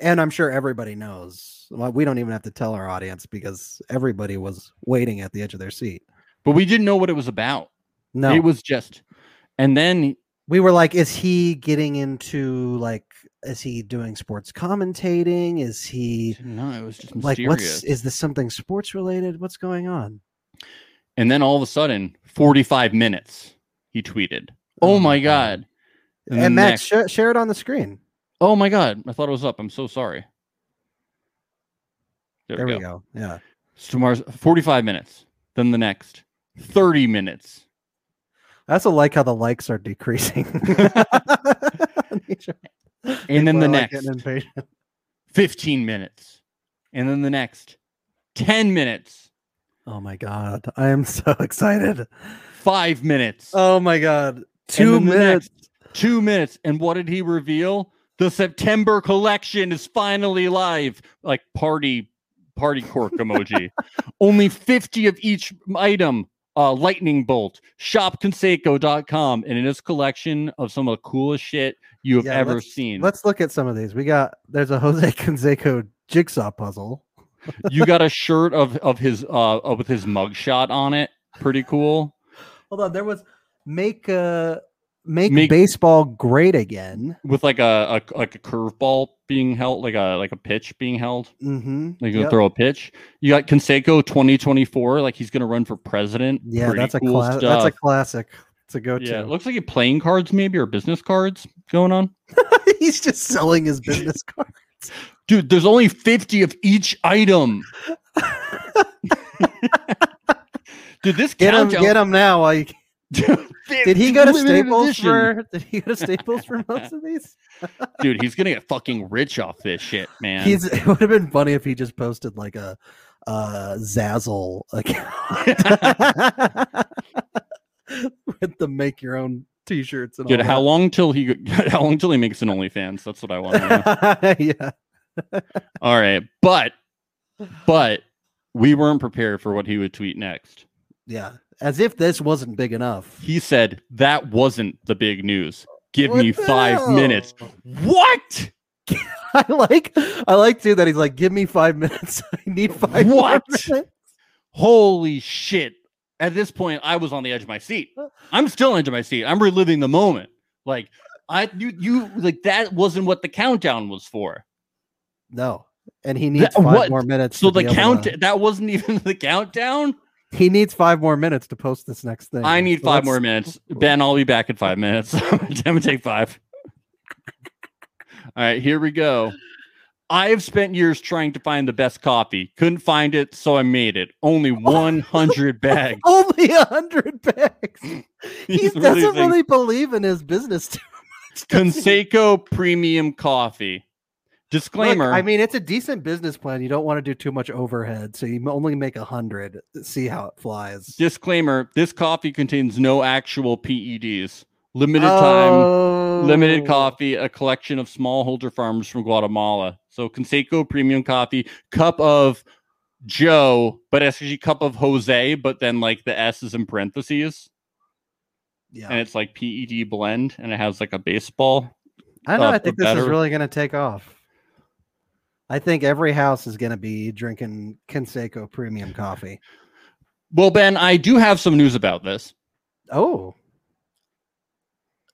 S3: And I'm sure everybody knows. Well, we don't even have to tell our audience because everybody was waiting at the edge of their seat.
S2: But we didn't know what it was about.
S3: No,
S2: It was just, and then
S3: we were like, is he getting into like, is he doing sports commentating? Is he
S2: no, it was just
S3: like, what's,
S2: mysterious.
S3: is this something sports related? What's going on?
S2: and then all of a sudden, forty-five minutes. He tweeted, "Oh, my god!"
S3: And,
S2: then
S3: Max,
S2: next-
S3: share, share it on the screen.
S2: Oh my god! I thought it was up. I'm so sorry. There,
S3: There
S2: we go.
S3: we go. Yeah.
S2: It's tomorrow's 45 minutes. Then the next 30 minutes.
S3: I also like how the likes
S2: (laughs)
S3: are decreasing. (laughs)
S2: And then the
S3: People are, like,
S2: next
S3: getting impatient.
S2: 15 minutes. And then the next 10 minutes.
S3: Oh my god, I am so (laughs) excited.
S2: Five minutes.
S3: Oh my god.
S2: and
S3: Two
S2: then the
S3: minutes.
S2: next two minutes. And what did he reveal? The September collection is finally live. Like party, party cork emoji. Only 50 of each item. Uh, lightning bolt shopconseco.com and in his collection of some of the coolest shit you have
S3: Yeah,
S2: ever
S3: let's-
S2: seen
S3: Let's look at some of these. We got there's a Jose (laughs) Canseco jigsaw puzzle.
S2: you got a shirt of of his uh of- with his mugshot on it. Pretty cool.
S3: Hold on, there was make uh make,
S2: Make-
S3: baseball great again.
S2: With like a, a like a curveball being held, like a like a pitch being held.
S3: Mm-hmm.
S2: Like you throw a pitch. You got Conseco 2024, like he's gonna run for president.
S3: yeah,
S2: Pretty
S3: that's a
S2: cool
S3: cla- that's a
S2: stuff.
S3: classic to go
S2: yeah, it
S3: to.
S2: looks like he playing cards maybe or business cards going on.
S3: (laughs) He's just selling his business (laughs) card.
S2: Dude, there's only 50 of each
S3: (laughs)
S2: item. Dude, this
S3: Get him,
S2: countdown.
S3: get him now while you can. Did he go to Staples
S2: edition.
S3: for did he go (laughs) to Staples for most of these?
S2: Dude, he's gonna get fucking rich off this shit, man.
S3: He's, it would have been funny if he just posted like a uh Zazzle account (laughs) with the make your own t-shirts and
S2: Dude, how
S3: all
S2: long till he (laughs) how long till he makes an OnlyFans? That's what I want.
S3: (laughs)
S2: to know.
S3: that. yeah.
S2: All right, but but we weren't prepared for what he would tweet next.
S3: Yeah. As if this wasn't big enough.
S2: He said that wasn't the big news. Give
S3: What
S2: me
S3: the
S2: five
S3: hell?
S2: minutes. What?
S3: (laughs) I like I like too that he's like, give me five minutes. (laughs) I need five more
S2: What?
S3: minutes."
S2: Holy shit! At this point, I was on the edge of my seat. I'm still on the edge of my seat. I'm reliving the moment. Like I, you, you, like that wasn't what the countdown was for.
S3: No. And he needs
S2: That-
S3: five
S2: what?
S3: more minutes.
S2: So
S3: to be
S2: the
S3: able
S2: count
S3: to-
S2: that wasn't even (laughs) the countdown.
S3: he needs five more minutes to post this next thing.
S2: I need
S3: So
S2: five
S3: let's-
S2: more minutes. Ben, I'll be back in five minutes. (laughs) I'm gonna take five. All right, here we go. I have spent years trying to find the best coffee. Couldn't find it, so I made it. Only
S3: (laughs)
S2: 100 bags.
S3: Only a hundred
S2: (laughs)
S3: bags. he
S2: He's
S3: doesn't
S2: releasing
S3: really believe in his business (laughs) too much. does he?
S2: Conseco Premium Coffee.
S3: Look,
S2: Disclaimer.
S3: I mean, it's a decent business plan. You don't want to do too much overhead, so you m- only make a hundred. See how it flies.
S2: disclaimer. This coffee contains no actual PEDs. Limited time.
S3: oh.
S2: Limited Coffee, a collection of smallholder farms from Guatemala. So Conseco Premium Coffee, cup of Joe, but it's actually cup of Jose, but then like the S is in parentheses, and
S3: Yeah,
S2: it's like PED blend, and it has like a baseball.
S3: I know.
S2: uh,
S3: I
S2: for
S3: think this is
S2: better-
S3: really going to take off. I think every house is going to be drinking Conseco premium coffee.
S2: Well, Ben, I do have some news about this.
S3: Oh, (laughs)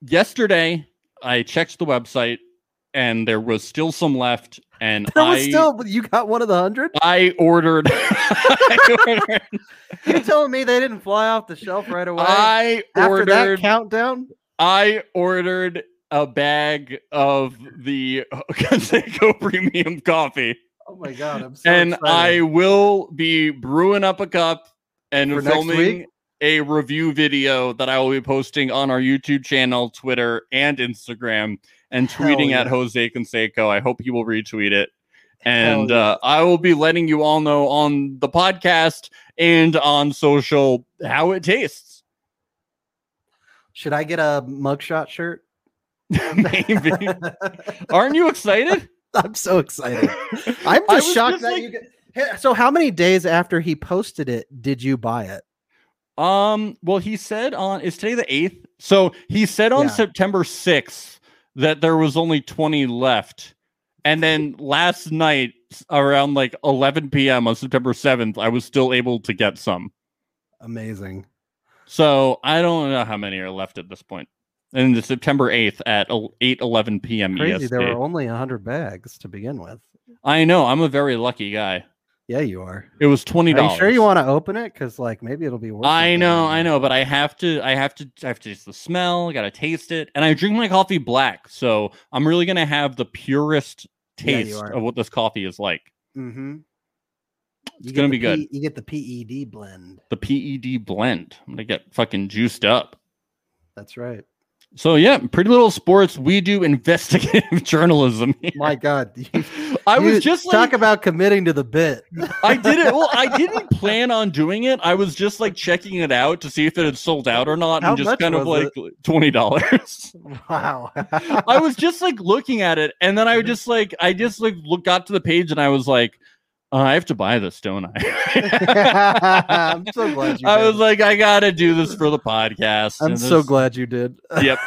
S2: Yesterday, I checked the website, and there was still some left and
S3: That
S2: I
S3: was still you got one of the hundred.
S2: I ordered.
S3: (laughs)
S2: I ordered.
S3: You telling me they didn't fly off the shelf right away
S2: (laughs) I
S3: after that
S2: ordered
S3: countdown?
S2: I ordered a bag of the (laughs) Conseco premium coffee,
S3: Oh my god, I'm so
S2: and I
S3: excited.
S2: will be brewing up a cup and
S3: For next
S2: filming
S3: week?
S2: a review video that I will be posting on our YouTube channel, Twitter, and Instagram, and
S3: Hell
S2: tweeting
S3: yeah.
S2: at Jose Conseco. I hope he will retweet it.
S3: Hell
S2: And
S3: yeah.
S2: uh, I will be letting you all know on the podcast and on social how it tastes. (laughs)
S3: should I get a mugshot shirt?
S2: Maybe. Aren't you excited?
S3: (laughs) I'm so excited. (laughs) I'm
S2: I
S3: just
S2: was
S3: shocked
S2: just
S3: that
S2: like-
S3: you. Get, Hey, so, how many days after he posted it did you buy it?
S2: Um, well, he said on is today the eighth. So he said on
S3: Yeah.
S2: September sixth that there was only twenty left, and then last night s- around like eleven p.m. on September seventh, I was still able to get some.
S3: Amazing.
S2: So I don't know how many are left at this point. And the September eighth at eight eleven p.m.
S3: Crazy.
S2: EST.
S3: There were only hundred bags to begin with.
S2: I know I'm a very lucky guy.
S3: Yeah, you are.
S2: It was twenty
S3: Are
S2: dollars.
S3: you sure you want to open it? Because like maybe it'll be worth.
S2: I
S3: something.
S2: know, I know, but I have to, I have to, I have to taste the smell. I gotta taste it, and I drink my coffee black, so I'm really gonna have the purest
S3: Yeah, you
S2: taste
S3: are.
S2: of what this coffee is like.
S3: Mm-hmm. It's
S2: gonna be good.
S3: You get the PED blend.
S2: The PED blend. I'm gonna get fucking juiced up.
S3: That's right.
S2: So yeah, Pretty Little Sports. We do (laughs) investigative (laughs) journalism. here.
S3: My God, (laughs) you-
S2: I was
S3: you
S2: just
S3: talk
S2: like,
S3: about committing to the bit. (laughs)
S2: I did it. Well, I didn't plan on doing it. I was just like checking it out to see if it had sold out or not,
S3: How
S2: and just
S3: much
S2: kind of
S3: was
S2: like twenty dollars. (laughs)
S3: Wow. (laughs)
S2: I was just like looking at it, and then I would just like I just like look, got to the page, and I was like, uh, I have to buy this, don't I? (laughs)
S3: I'm (laughs) so glad you.
S2: I
S3: did.
S2: was like, I gotta do this for the podcast.
S3: I'm
S2: and
S3: so
S2: this-
S3: glad you did. (laughs)
S2: Yep.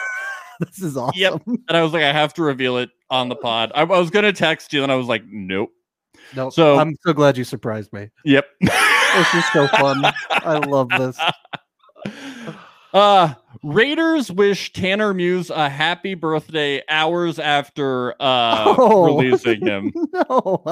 S3: this is awesome.
S2: Yep. and I was like, I have to reveal it on the pod. I, I was gonna text you, and I was like, nope. (laughs)
S3: No,
S2: So-
S3: I'm so glad you surprised me.
S2: Yep.
S3: This is so fun. I love
S2: (laughs)
S3: this. (laughs)
S2: Uh, Raiders wish Tanner Muse a happy birthday hours after uh,
S3: (laughs) Oh.
S2: releasing him.
S3: No,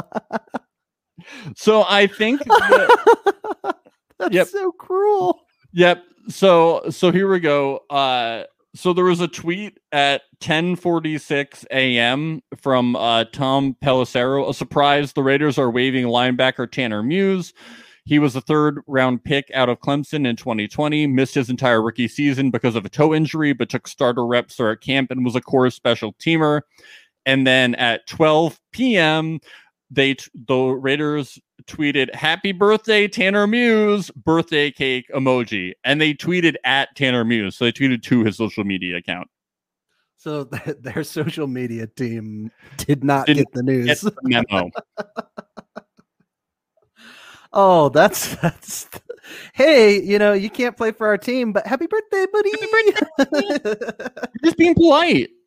S2: So I think that
S3: that's
S2: Yep.
S3: so cruel.
S2: Yep. So so here we go. Uh so there was a tweet at 10:46 a.m. from uh, Tom Pelissero. A surprise! The Raiders are waiving linebacker Tanner Muse. He was a third-round pick out of Clemson in 2020. Missed his entire rookie season because of a toe injury, but took starter reps there at camp and was a core special teamer. And then at 12 p.m., they t- the Raiders tweeted happy birthday tanner muse birthday cake emoji and they tweeted at tanner muse so they tweeted to his social media account
S3: So (laughs) th- their social media team did not
S2: Didn't
S3: get the news.
S2: Get
S3: (laughs)
S2: the memo
S3: Oh, (laughs) that's that's. Hey, you know you can't play for our team, but happy birthday, buddy!
S2: just being polite (laughs)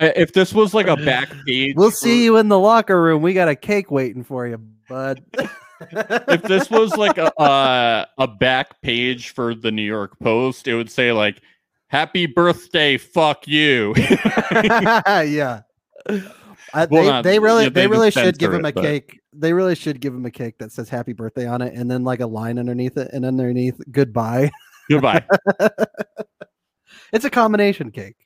S2: I- if this was like a back page
S3: we'll
S2: for-
S3: see you in the locker room. We got a cake waiting for you, bud.
S2: (laughs) if this was like a uh, a back page for the new york post it would say like happy birthday fuck you (laughs)
S3: (laughs) yeah. I,
S2: Well,
S3: they,
S2: not-
S3: they really,
S2: yeah,
S3: they,
S2: they
S3: really
S2: just
S3: should give
S2: censor
S3: him
S2: it,
S3: a
S2: but-
S3: cake. They really should give him a cake that says "Happy Birthday" on it, and then like a line underneath it, and underneath "Goodbye." (laughs)
S2: goodbye
S3: It's a combination cake.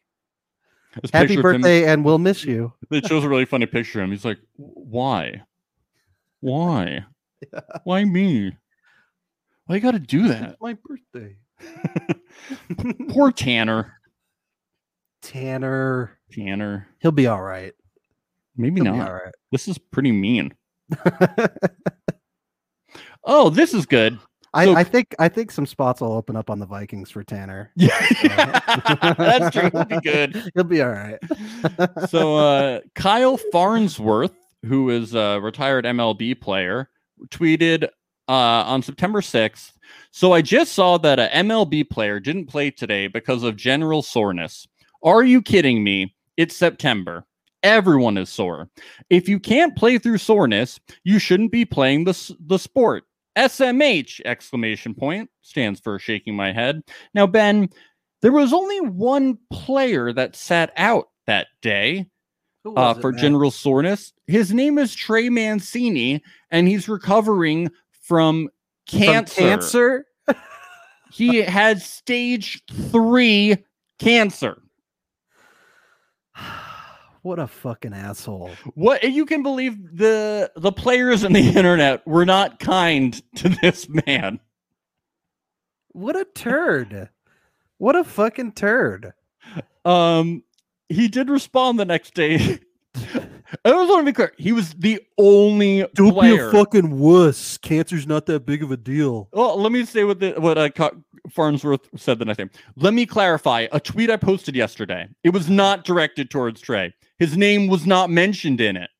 S2: This
S3: Happy
S2: picture of him-
S3: birthday, and we'll
S2: (laughs)
S3: miss you.
S2: it shows a really funny picture of him. He's like, why? Why? Why me? Why you gotta do that?
S3: My birthday,
S2: Poor Tanner.
S3: Tanner.
S2: Tanner.
S3: He'll be all right.
S2: Maybe
S3: He'll be
S2: not.
S3: all
S2: This is pretty mean.
S3: right. (laughs)
S2: Oh, this is good.
S3: I,
S2: So-
S3: I think I think some spots will open up on the Vikings
S2: (laughs)
S3: for Tanner.
S2: Yeah. That's true. It'll be good.
S3: (laughs) He'll be all right.
S2: So uh Kyle Farnsworth, who is a retired MLB player, tweeted uh on September 6th. So I just saw that a MLB player didn't play today because of general soreness. Are you kidding me? It's September. Everyone is sore. If you can't play through soreness, you shouldn't be playing the s- the sport. SMH exclamation point stands for shaking my head. Now Ben, there was only one player that sat out that day.
S3: Who
S2: uh,
S3: was it,
S2: for
S3: man?
S2: general soreness. His name is Trey Mancini, and he's recovering from
S3: From
S2: cancer.
S3: cancer.
S2: He had stage three cancer.
S3: (sighs) what a fucking asshole.
S2: What and you can believe the the players and the (laughs) internet were not kind to this man. (laughs)
S3: What a turd. What a fucking turd.
S2: Um, he did respond the next day. (laughs) I just want to be clear. He was the only player.
S3: fucking wuss. Cancer's not that big of a deal.
S2: Well, let me say what the, what uh, Co- Farnsworth said the next day. Let me clarify a tweet I posted yesterday. It was not directed towards Trey. His name was not mentioned in it.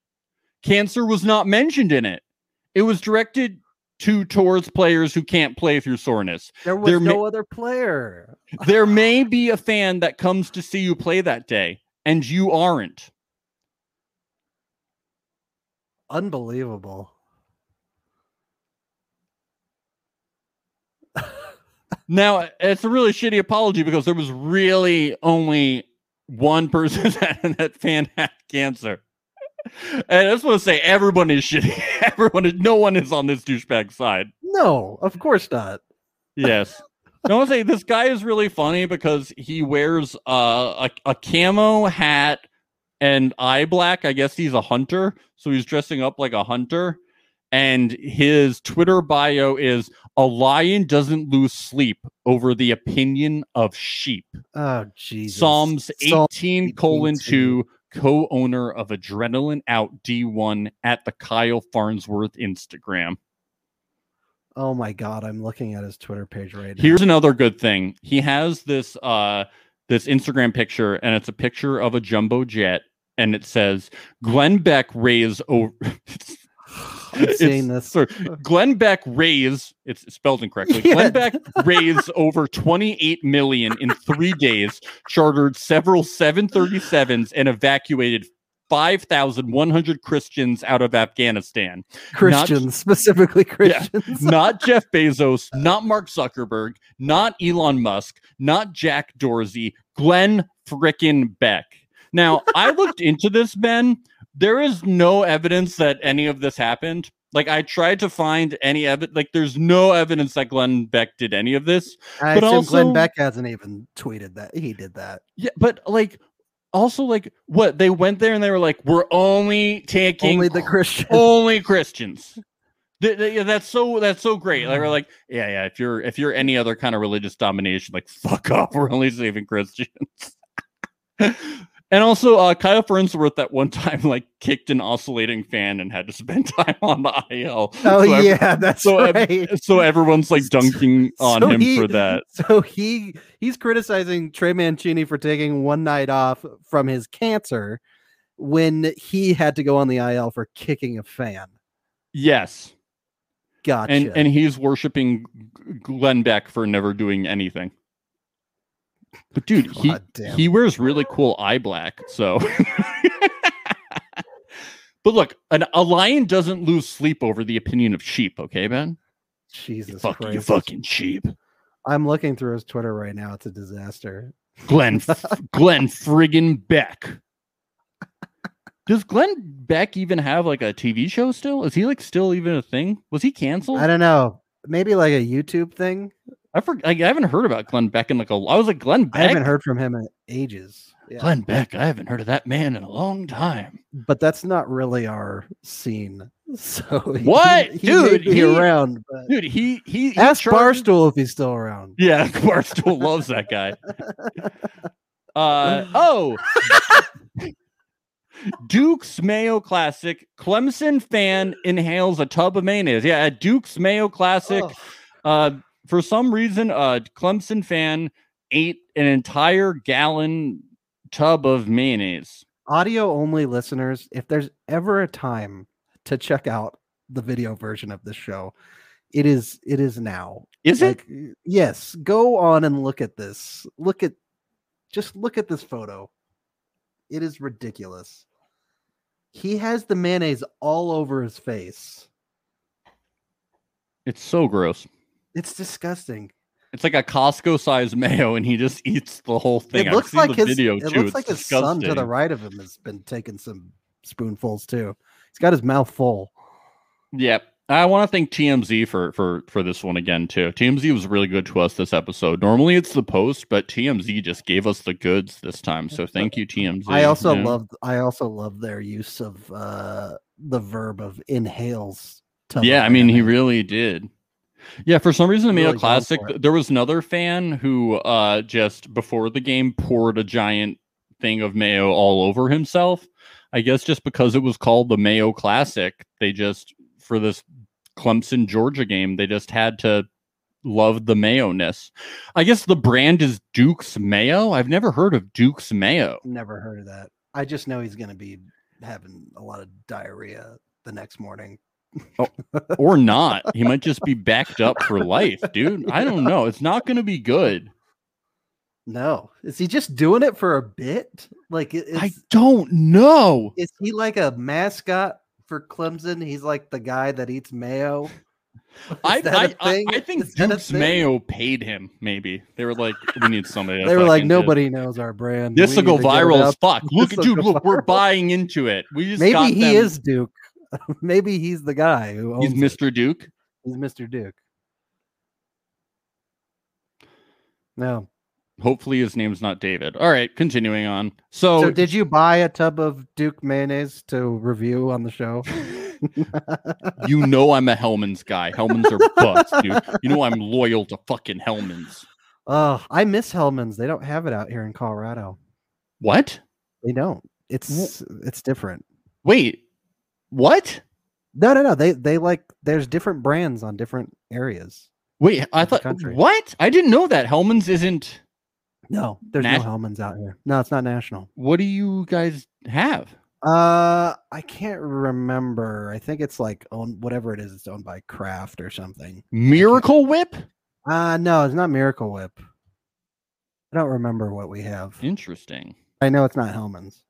S2: Cancer was not mentioned in it. It was directed to towards players who can't play through soreness.
S3: There was
S2: There may-
S3: no other player.
S2: There may be a fan that comes to see you play that day, and you aren't.
S3: Unbelievable.
S2: Now it's a really shitty apology because there was really only one person (laughs) that, that fan had cancer. And I just want to say everyone is shitty. (laughs) Everyone is no one is on this douchebag side.
S3: No, of course not.
S2: Yes. I want to say this guy is really funny because he wears uh, a, a camo hat and eye black. I guess he's a hunter, so he's dressing up like a hunter. And his Twitter bio is a lion doesn't lose sleep over the opinion of sheep.
S3: Oh Jesus.
S2: Psalms
S3: Psalm
S2: 18 colon
S3: 18.
S2: 2, co owner of Adrenaline Out D1 at the Kyle Farnsworth Instagram.
S3: Oh my god, I'm looking at his Twitter page right now.
S2: Here's another good thing. He has this uh this Instagram picture, and it's a picture of a jumbo jet, and it says Glenn Beck raise (laughs) over.
S3: (laughs) I'm seeing this.
S2: Sorry, Glenn Beck raise. It's spelled
S3: (laughs)
S2: incorrectly.
S3: Yeah.
S2: Glenn Beck raised over 28 million in three days, chartered several 737s, and evacuated 5,100 Christians out of Afghanistan
S3: Christians, specifically
S2: Yeah. (laughs)
S3: Christians.
S2: not Jeff Bezos, not Mark Zuckerberg, not Elon Musk, not Jack Dorsey, Glenn frickin' Beck. Now, I
S3: (laughs)
S2: looked into this, Ben. There is no evidence that any of this happened. Like, I tried to find any evidence. Like, there's no evidence that Glenn Beck did any of this.
S3: I
S2: but
S3: assume Glenn
S2: also-
S3: Beck hasn't even tweeted that he did that.
S2: Yeah, but like, also, like, what? They went there and they were like, we're only taking
S3: Only the Christian.
S2: only Christians. Th- th- yeah, that's so that's so great.
S3: Mm.
S2: Like we're like, yeah, yeah. If you're if you're any other kind of religious domination, like (laughs) fuck off. We're only saving Christians. (laughs) and also, uh, Kyle Farnsworth at one time like kicked an oscillating fan and had to spend (laughs) time on the IL. (laughs)
S3: Oh
S2: so ev-
S3: yeah, that's
S2: so um, ev-
S3: right. (laughs)
S2: so everyone's like
S3: So-
S2: dunking on
S3: so
S2: him
S3: he-
S2: for that.
S3: So he he's criticizing Trey Mancini for taking one night off from his cancer when he had to go on the IL for kicking a fan.
S2: Yes,
S3: Gotcha.
S2: and and he's worshiping G- Glenn Beck for never doing anything. But dude, he
S3: God damn.
S2: He wears really cool eye black, so. (laughs) but look, an, a lion doesn't lose sleep over the opinion of sheep. Okay, Ben. You
S3: Jesus
S2: fuck, you
S3: Christ.
S2: fucking sheep.
S3: I'm looking through his Twitter right now. It's a disaster.
S2: Glenn, F- (laughs) Glenn friggin' Beck. Does Glenn Beck even have like a TV show still? Is he like still even a thing? Was he canceled?
S3: I
S2: I,
S3: don't know. Maybe like a YouTube thing.
S2: for, I, I haven't heard about Glenn Beck in like a. I was like Glenn Beck.
S3: I haven't heard from him in ages. Yeah.
S2: Glenn Beck. I haven't heard of that man in a long time.
S3: But that's not really our scene. (laughs) So he-
S2: What?
S3: he may
S2: Dude,
S3: be
S2: he-
S3: around, but
S2: Dude, he he, he
S3: ask
S2: charges-
S3: Barstool if he's still around.
S2: Yeah, (laughs) Barstool loves that
S3: (laughs)
S2: guy. Uh oh. Duke's Mayo Classic. Clemson fan inhales a tub of mayonnaise. Yeah, at Duke's Mayo Classic.
S3: Ugh.
S2: Uh for some reason, a Clemson fan ate an entire gallon tub of mayonnaise.
S3: audio only listeners, if there's ever a time to check out the video version of this show, it is it is now.
S2: Is it?
S3: Like, y- Yes. Go on and look at this. Look at just look at this photo. It is ridiculous. He has the mayonnaise all over his face.
S2: It's so gross.
S3: It's disgusting.
S2: It's like a Costco sized mayo, and he just eats the whole thing.
S3: It looks
S2: I've seen
S3: like
S2: the
S3: his
S2: video too.
S3: it looks
S2: it's
S3: like his son
S2: disgusting.
S3: to the right of him has been taking some spoonfuls too. He's got his mouth full.
S2: Yep. I want to thank TMZ for for for this one again too. TMZ was really good to us this episode. Normally it's the post, but TMZ just gave us the goods this time. So thank you TMZ.
S3: I also
S2: Yeah.
S3: love I also love their use of uh the verb of inhales. to
S2: Yeah, I
S3: love
S2: mean he
S3: anime.
S2: really did. Yeah, for some reason, the
S3: Really
S2: Mayo
S3: going
S2: Classic.
S3: for it.
S2: th- There was another fan who uh just before the game poured a giant thing of mayo all over himself. I guess just because it was called the Mayo Classic, they just for this Clemson Georgia game, they just had to love the mayo ness. I guess the brand is Duke's Mayo. I've never heard of Duke's Mayo.
S3: never heard of that. I just know he's gonna be having a lot of diarrhea the next morning.
S2: or not. He might just be backed up for life, dude. I don't know. It's not going to be good.
S3: No, is he just doing it for a bit? Like i- is
S2: I don't know.
S3: is he like a mascot for Clemson? He's like the guy that eats mayo. (laughs) Is
S2: I,
S3: that
S2: I,
S3: a
S2: I,
S3: thing?
S2: I think
S3: Is that a
S2: Duke's
S3: thing?
S2: Mayo paid him. Maybe they were like, we need somebody. to
S3: They were like,
S2: fucking do-
S3: nobody knows our brand.
S2: This
S3: We
S2: will go
S3: need to get it
S2: viral
S3: out
S2: as fuck. Look at
S3: This'll
S2: you.
S3: go
S2: Look, we're
S3: viral.
S2: buying into it. We just got
S3: Maybe he
S2: them-
S3: is Duke. (laughs) Maybe he's the guy who owns
S2: He's
S3: it.
S2: Mr. Duke.
S3: He's Mr. Duke. No.
S2: Hopefully, his name's not David. All right, continuing on. So,
S3: so did you buy a tub of Duke mayonnaise to review on the show?
S2: (laughs) you know I'm a Hellman's guy. Hellman's are butts, dude. You know I'm loyal to fucking Hellman's.
S3: Oh, I miss Hellman's. They don't have it out here in Colorado.
S2: What?
S3: They don't. It's it's different.
S2: Wait, what?
S3: No, no, no. They they like there's different brands on different areas.
S2: Wait, I
S3: Different
S2: thought
S3: country.
S2: what? I didn't know that Hellman's isn't.
S3: No, there's
S2: Nat-
S3: no Hellman's out here. No, it's not national.
S2: What do you guys have?
S3: Uh, I can't remember. I think it's like own whatever it is. It's owned by Kraft or something.
S2: Miracle Whip?
S3: Uh no, it's not Miracle Whip. I don't remember what we have.
S2: Interesting.
S3: I know it's not Hellman's.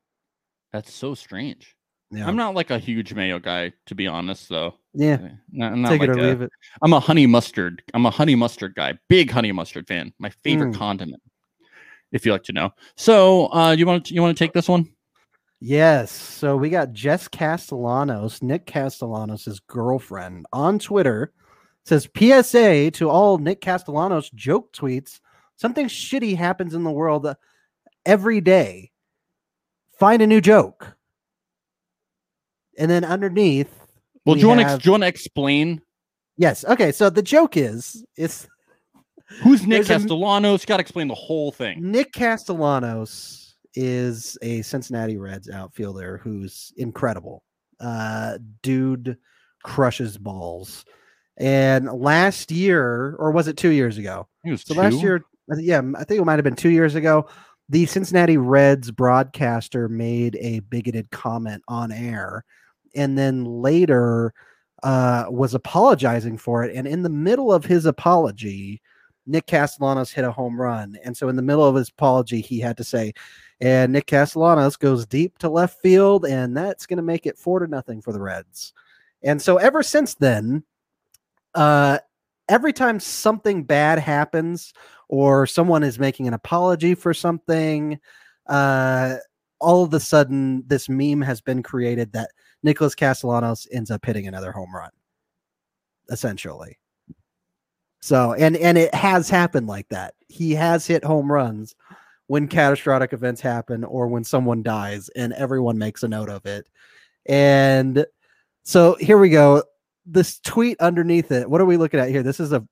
S2: That's so strange.
S3: Yeah,
S2: I'm not like a huge mayo guy, to be honest, though.
S3: yeah.
S2: No, I'm not
S3: Take it
S2: like
S3: or
S2: a-
S3: leave it.
S2: I'm a honey mustard. I'm a honey mustard guy. Big honey mustard fan. My favorite
S3: Mm.
S2: condiment. If you like to know. So, uh, you want to, you want to take this one?
S3: Yes. So we got Jess Castellanos, Nick Castellanos' girlfriend, on Twitter says PSA to all Nick Castellanos joke tweets. Something shitty happens in the world uh, every day. Find a new joke. And then underneath,
S2: Well,
S3: We
S2: do you want to
S3: have-
S2: do you want to explain
S3: yes. Okay. So the joke is it's
S2: who's Nick
S3: There's a- Mm-hmm.
S2: Castellanos? Got to explain the whole thing.
S3: Nick Castellanos is a Cincinnati Reds outfielder who's incredible. Uh, dude crushes balls. And last year, or was it two years ago?
S2: He was
S3: So last
S2: two?
S3: year, I thi- yeah, I think it might have been two years ago. The Cincinnati Reds broadcaster made a bigoted comment on air, and then later uh, was apologizing for it. And in the middle of his apology, Nick Castellanos hit a home run, and so in the middle of his apology, he had to say, "And Nick Castellanos goes deep to left field, and that's going to make it four to nothing for the Reds." And so ever since then, uh, every time something bad happens or someone is making an apology for something, uh, all of a sudden this meme has been created that Nicholas Castellanos ends up hitting another home run, essentially. So and and it has happened like that. He has hit home runs when catastrophic events happen or when someone dies and everyone makes a note of it. And so here we go this tweet underneath it. What are we looking at here? This is a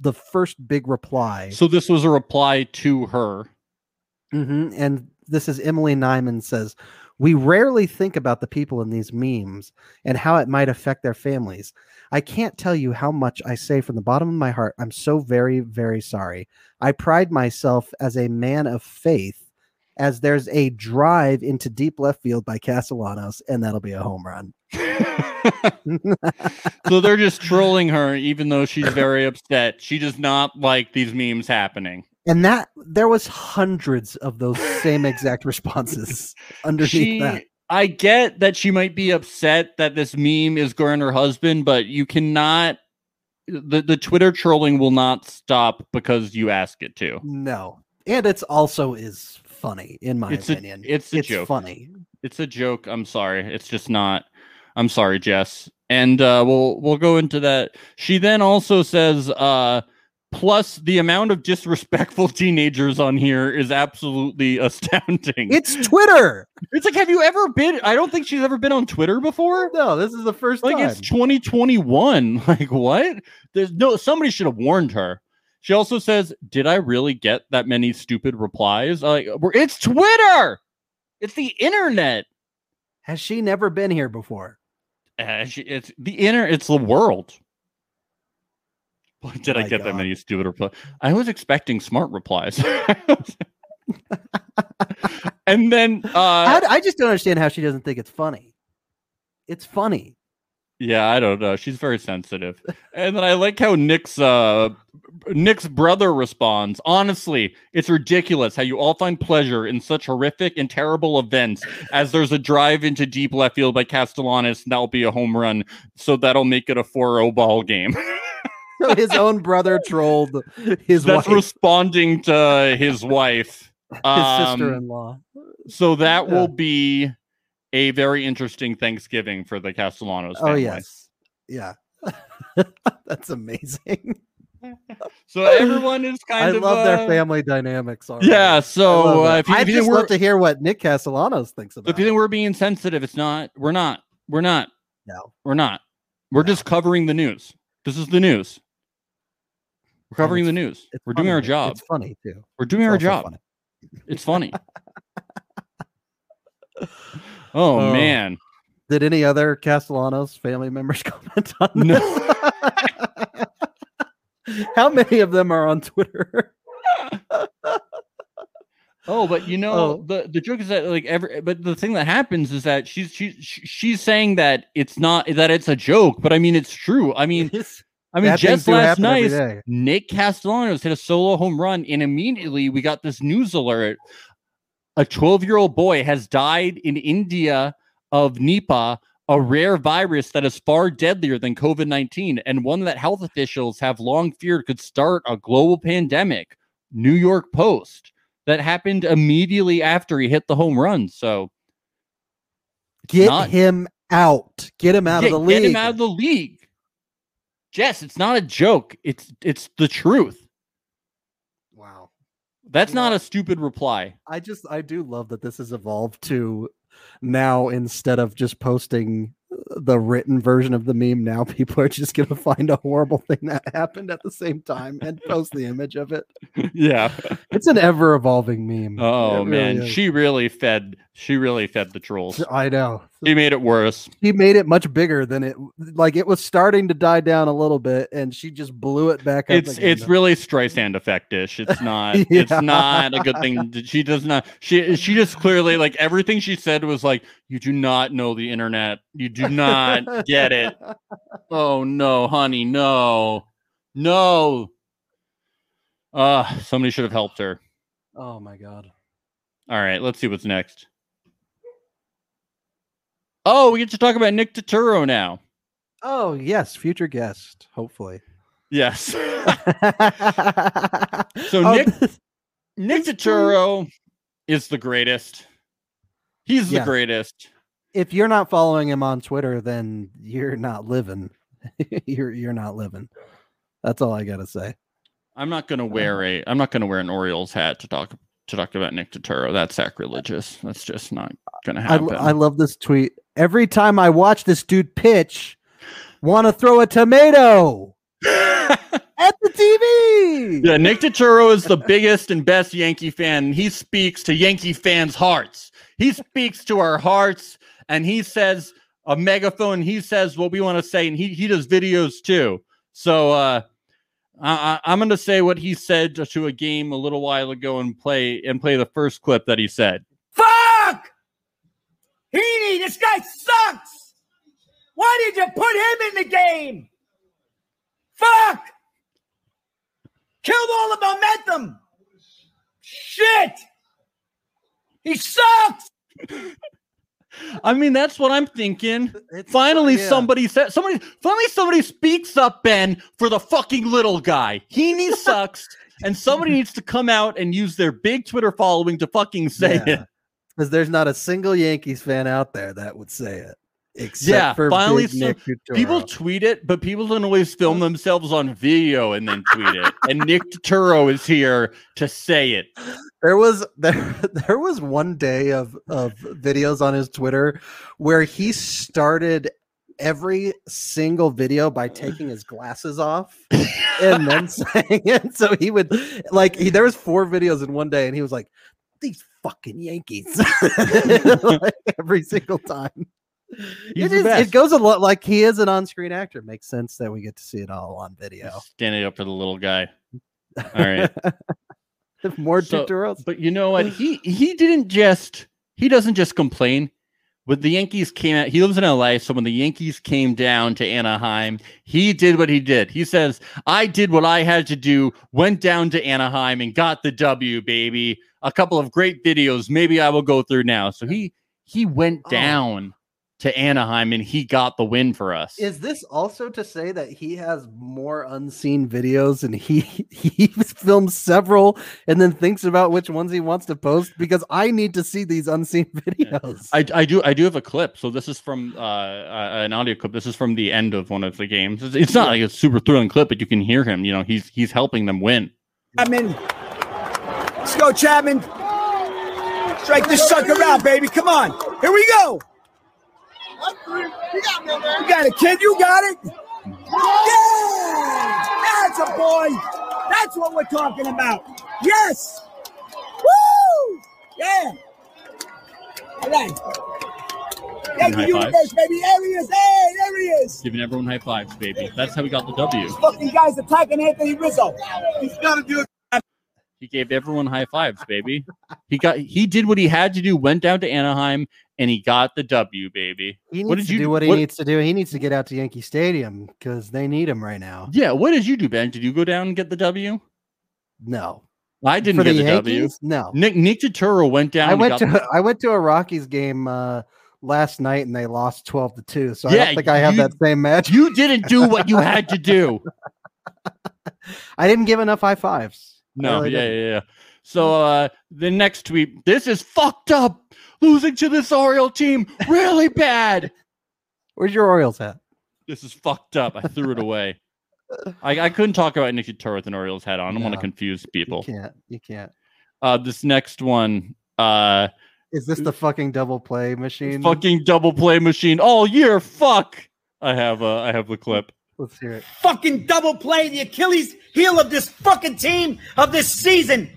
S3: the first big reply.
S2: So this was a reply to her.
S3: hmm And this is Emily Nyman says, "We rarely think about the people in these memes and how it might affect their families. I can't tell you how much I say from the bottom of my heart. I'm so very, very sorry. I pride myself as a man of faith." As there's a drive into deep left field by Castellanos, and that'll be a home run.
S2: so they're
S3: (laughs)
S2: just trolling her, even though she's very upset. She does not like these memes happening.
S3: And that there was hundreds of those same
S2: (laughs)
S3: exact responses underneath
S2: She,
S3: that.
S2: I get that she might be upset that this meme is going her husband, but you cannot the the Twitter trolling will not stop because you ask it to.
S3: No, and it's also is funny in my
S2: It's a-
S3: opinion.
S2: it's a joke.
S3: funny.
S2: It's a joke. I'm sorry. It's just not. I'm sorry, Jess. And uh, we'll we'll go into that. She then also says, uh, plus the amount of disrespectful (laughs) teenagers on here is absolutely (laughs) astounding.
S3: It's Twitter.
S2: it's like, have you ever been? I don't think she's ever been on Twitter before.
S3: No, this is the first
S2: Like
S3: time.
S2: it's 2021. (laughs) Like what? There's no somebody should have warned her. She also says, "Did I really get that many stupid replies?" Like we're- it's Twitter. It's the internet.
S3: Has she never been here before?
S2: Uh, she- it's the inner. It's the world. Boy, Did I
S3: My
S2: get that
S3: God.
S2: many stupid replies? I was expecting smart
S3: (laughs)
S2: replies. (laughs) and then,
S3: How
S2: uh,
S3: d- I just don't understand how she doesn't think it's funny. It's funny.
S2: yeah, I don't know. She's very sensitive. And then I like how Nick's uh, Nick's brother responds. Honestly, it's ridiculous how you all find pleasure in such horrific and terrible events. As there's a drive into deep left field by Castellanos, and that'll be a home run. So that'll make it a 4-0 ball game. (laughs)
S3: So his own brother trolled (laughs) his
S2: that's
S3: wife,
S2: responding to his wife.
S3: (laughs) his
S2: Um,
S3: sister-in-law.
S2: So that
S3: Yeah.
S2: will be a very interesting Thanksgiving for the Castellanos.
S3: Oh
S2: family.
S3: yes, yeah. (laughs)
S2: (laughs)
S3: That's amazing. (laughs)
S2: So everyone is kind
S3: I
S2: of
S3: love
S2: uh,
S3: their family dynamics. Already.
S2: Yeah.
S3: I
S2: So uh,
S3: love
S2: if you,
S3: I
S2: if you
S3: just
S2: think we're
S3: love to hear what Nick Castellanos thinks about.
S2: if you think
S3: it.
S2: we're being sensitive, it's not. We're not. We're not.
S3: No.
S2: We're not. We're just covering the news. This is the news. We're
S3: And
S2: covering
S3: it's-
S2: the news.
S3: It's
S2: We're doing
S3: funny.
S2: our job.
S3: It's funny too.
S2: We're doing
S3: It's
S2: our
S3: also
S2: job.
S3: funny.
S2: It's (laughs) funny. oh,
S3: Oh.
S2: man.
S3: Did any other Castellanos family members (laughs) comment on
S2: No.
S3: this? How many of them are on Twitter?
S2: Oh, but you know
S3: Oh.
S2: the the joke is that like every but the thing that happens is that she's she's she's saying that it's not that it's a joke, but I mean it's true. I mean I mean
S3: Bad things
S2: just
S3: do
S2: last
S3: happen every
S2: night
S3: day.
S2: Nick Castellanos hit a solo home run and immediately we got this news alert. A 12-year-old boy has died in India of Nipah, a rare virus that is far deadlier than COVID-19 and one that health officials have long feared could start a global pandemic. New York Post that happened immediately after he hit the home run. So
S3: Get
S2: not-
S3: him out. Get him out
S2: yeah,
S3: of the
S2: get
S3: league.
S2: him out of the league. Jess, it's not a joke. It's it's the truth.
S3: wow.
S2: That's
S3: You know
S2: not a
S3: what?
S2: stupid
S3: (laughs)
S2: reply.
S3: I just I do love that this has evolved to now instead of just posting uh, the written version of the meme, now (laughs) people are just gonna find a horrible thing that happened at the same time and post the image of it.
S2: yeah.
S3: It's an ever evolving
S2: (laughs)
S3: meme.
S2: Oh
S3: It really
S2: man,
S3: is.
S2: she really fed she really fed the trolls.
S3: I know.
S2: She made it worse.
S3: She made it much bigger than it like it was starting to die down a little bit and she just blew it back up.
S2: It's
S3: again.
S2: it's really Streisand effectish. It's
S3: (laughs)
S2: not it's
S3: Yeah.
S2: not a good
S3: (laughs)
S2: thing. to- She does not she she just clearly like everything she said was like you do not know the internet. You do not get
S3: (laughs)
S2: it. Oh no, honey, no, no. Uh, somebody should have helped her.
S3: Oh my god.
S2: All right, let's see what's next. Oh, we get to talk about Nick Turturro now.
S3: Oh yes, future guest, (laughs) hopefully.
S2: (laughs) Yes,
S3: so
S2: Nick- Nick Turturro is the greatest. He's the
S3: Yeah.
S2: greatest.
S3: (laughs) if you're not following him on Twitter, then you're not living. (laughs) you're you're not living. That's all I gotta say.
S2: I'm not
S3: Uh-huh.
S2: gonna wear a. I'm not gonna wear an Orioles hat to talk to talk about Nick Turturro. That's sacrilegious. That's just not gonna
S3: I,
S2: happen.
S3: l- I love this tweet. Every time I watch this dude pitch, want to throw a tomato
S2: (laughs)
S3: at the TV.
S2: Yeah, Nick Turturro is the biggest and best Yankee fan. and He speaks to Yankee fans' hearts. He speaks to our hearts, and he says a megaphone. He says what we want to say, and he he does videos too. So uh, I, I, I'm going to say what he said to, to a game a little while ago, and play and play the first clip that he said.
S6: Fuck! Heaney, this guy sucks! Why did you put him in the game? Fuck! Killed all the momentum! Shit! He sucks!
S2: I mean, that's what I'm thinking.
S3: It's-
S2: Finally,
S3: yeah.
S2: somebody said somebody. Finally, somebody speaks up, Ben, for the fucking little guy. He
S3: (laughs)
S2: needs sucks, and somebody needs to come out and use their big Twitter following to fucking say it.
S3: Because there's not a single Yankees fan out there that would say it. Except
S2: Yeah,
S3: for
S2: finally
S3: Big
S2: some-
S3: Nick
S2: People
S3: Futuro.
S2: tweet it, but people don't always film themselves on video and then tweet it. And Nick Turturro is here to say it.
S3: there was there (laughs) there was one day of of videos on his Twitter where he started every single video by taking his glasses off
S2: (laughs)
S3: and then saying it. So he would like he, there was four videos in one day, and he was like, "These fucking Yankees," (laughs) like, every single time.
S2: He's
S3: It
S2: the
S3: is-
S2: best.
S3: it goes a lot like he is an on-screen actor. Makes sense that we get to see it all on video.
S2: Standing up for the little guy. All right.
S3: (laughs) More
S2: So-
S3: tutorials.
S2: But you know what? He he didn't just he doesn't just complain. When the Yankees came out, he lives in LA. So when the Yankees came down to Anaheim, he did what he did. He says, I did what I had to do, went down to Anaheim and got the W, baby. A couple of great videos. Maybe I will go through now. So he he went
S3: Oh.
S2: down to Anaheim and he got the win for us.
S3: Is this also to say that he has more unseen videos and he (laughs) he films several and then thinks about which ones he wants to post? Because I need to see these unseen (laughs) videos.
S2: I, I do I do have a clip. So this is from uh, uh, an audio clip. This is from the end of one of the games. It's, it's not like a super thrilling clip, but you can hear him. You know, he's he's helping them win.
S6: Chapman. Let's go, Chapman. Strike this sucker out, baby. Come on. Here we go. You got it, kid. You got it. Yeah! That's a boy. That's what we're talking about. Yes. Woo! Yeah. All right.
S2: High
S6: Yankee universe,
S2: fives.
S6: baby. There he is. Hey, there he is.
S2: Giving everyone high fives, baby. That's how we got the W.
S6: Fucking guy's attacking Anthony Rizzo. He's gonna do it.
S2: He gave everyone high fives, baby. (laughs) He got he did what he had to do. Went down to Anaheim and he got the W, baby.
S3: he
S2: what
S3: needs
S2: did
S3: to
S2: you-
S3: do what he
S2: what-
S3: needs to do. He needs to get out to Yankee Stadium because they need him right now.
S2: Yeah. What did you do, Ben? Did you go down and get the W?
S3: No,
S2: I didn't get the W.
S3: No,
S2: Nick Nick Turturro went down.
S3: I
S2: and
S3: went
S2: got
S3: to (laughs)
S2: the-
S3: I went to a Rockies game uh, last night and they lost twelve to two. So I
S2: Yeah,
S3: don't think I have
S2: you-
S3: that same match.
S2: You didn't do what you had to
S3: (laughs)
S2: do.
S3: I didn't give enough high fives. I
S2: No,
S3: really
S2: yeah,
S3: didn't.
S2: yeah, yeah. So uh the next tweet, this is fucked up. Losing to this Oriole team, (laughs) really bad.
S3: Where's your Orioles hat?
S2: This is fucked up. I threw it away. I, I couldn't talk about Nicky Tour with an Orioles hat on. I don't want to
S3: No,
S2: confuse
S3: You
S2: people.
S3: can't. You can't.
S2: Uh this next one, uh
S3: Is this the fucking double play machine?
S2: fucking double play machine all year. Fuck. I have uh I have the clip.
S3: Let's hear it.
S6: fucking double play, the Achilles heel of this fucking team of this season.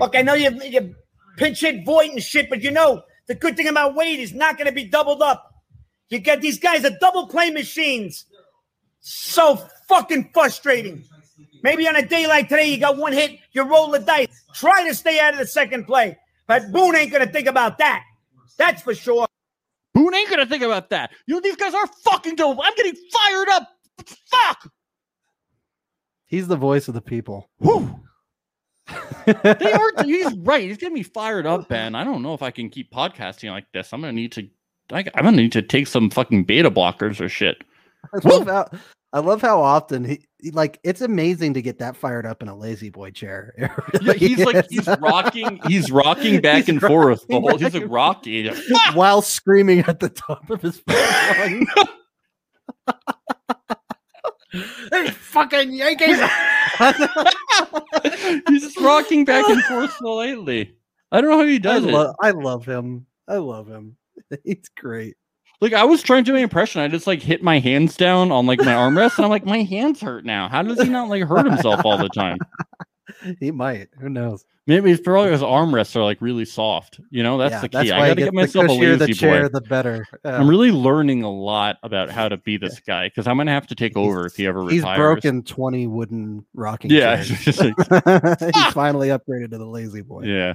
S6: Look, I know you you pinch hit Voight and shit, but you know the good thing about Wade is not going to be doubled up. You get these guys are double play machines. So fucking frustrating. Maybe on a day like today, you got one hit, you roll the dice, try to stay out of the second play. But Boone ain't going to think about that. That's for sure.
S2: Boone ain't gonna think about that. You know, these guys are fucking double. I'm getting fired up. Fuck.
S3: He's the voice of the people. (laughs)
S2: Whew. (laughs) they are. He's right. He's getting me fired up, Ben. I don't know if I can keep podcasting like this. I'm gonna need to. I, I'm gonna need to take some fucking beta blockers or shit.
S3: I love how I love how often he he- like it's amazing to get that fired up in a lazy boy chair. (laughs)
S2: (laughs) (laughs)
S3: It
S2: Yeah,
S3: really
S2: he's like
S3: is.
S2: he's rocking. (laughs) He's rocking back
S3: He's
S2: and forth. The
S3: rocking
S2: whole he's
S3: back
S2: like
S3: and-
S2: rocking. He's like, "Fuck!"
S3: while screaming at the top of his (laughs) fucking lungs. Hey, fucking Yankees!
S2: (laughs) he's just rocking back and forth so lightly. I don't know how he
S3: I,
S2: does it.
S3: lo- I love him. I love him. (laughs) He's great.
S2: Like I was trying to do an impression. I just like hit my hands down on like my armrest, and I'm like, my hands hurt now. How does he not like hurt himself all the time?
S3: He might. Who knows?
S2: Maybe it's probably his armrests are like really soft. You know, that's
S3: Yeah,
S2: the key. I
S3: why
S2: gotta
S3: he
S2: get
S3: gets the
S2: myself a
S3: cushier
S2: lazy
S3: the chair,
S2: boy.
S3: the better. Um, Yeah.
S2: I'm really learning a lot about how to be this guy because I'm gonna have to take over if he ever
S3: He's
S2: retires.
S3: broken 20 wooden rocking
S2: Yeah, (laughs)
S3: chairs. (laughs)
S2: it's just like-
S3: He's finally upgraded to the lazy boy.
S2: yeah.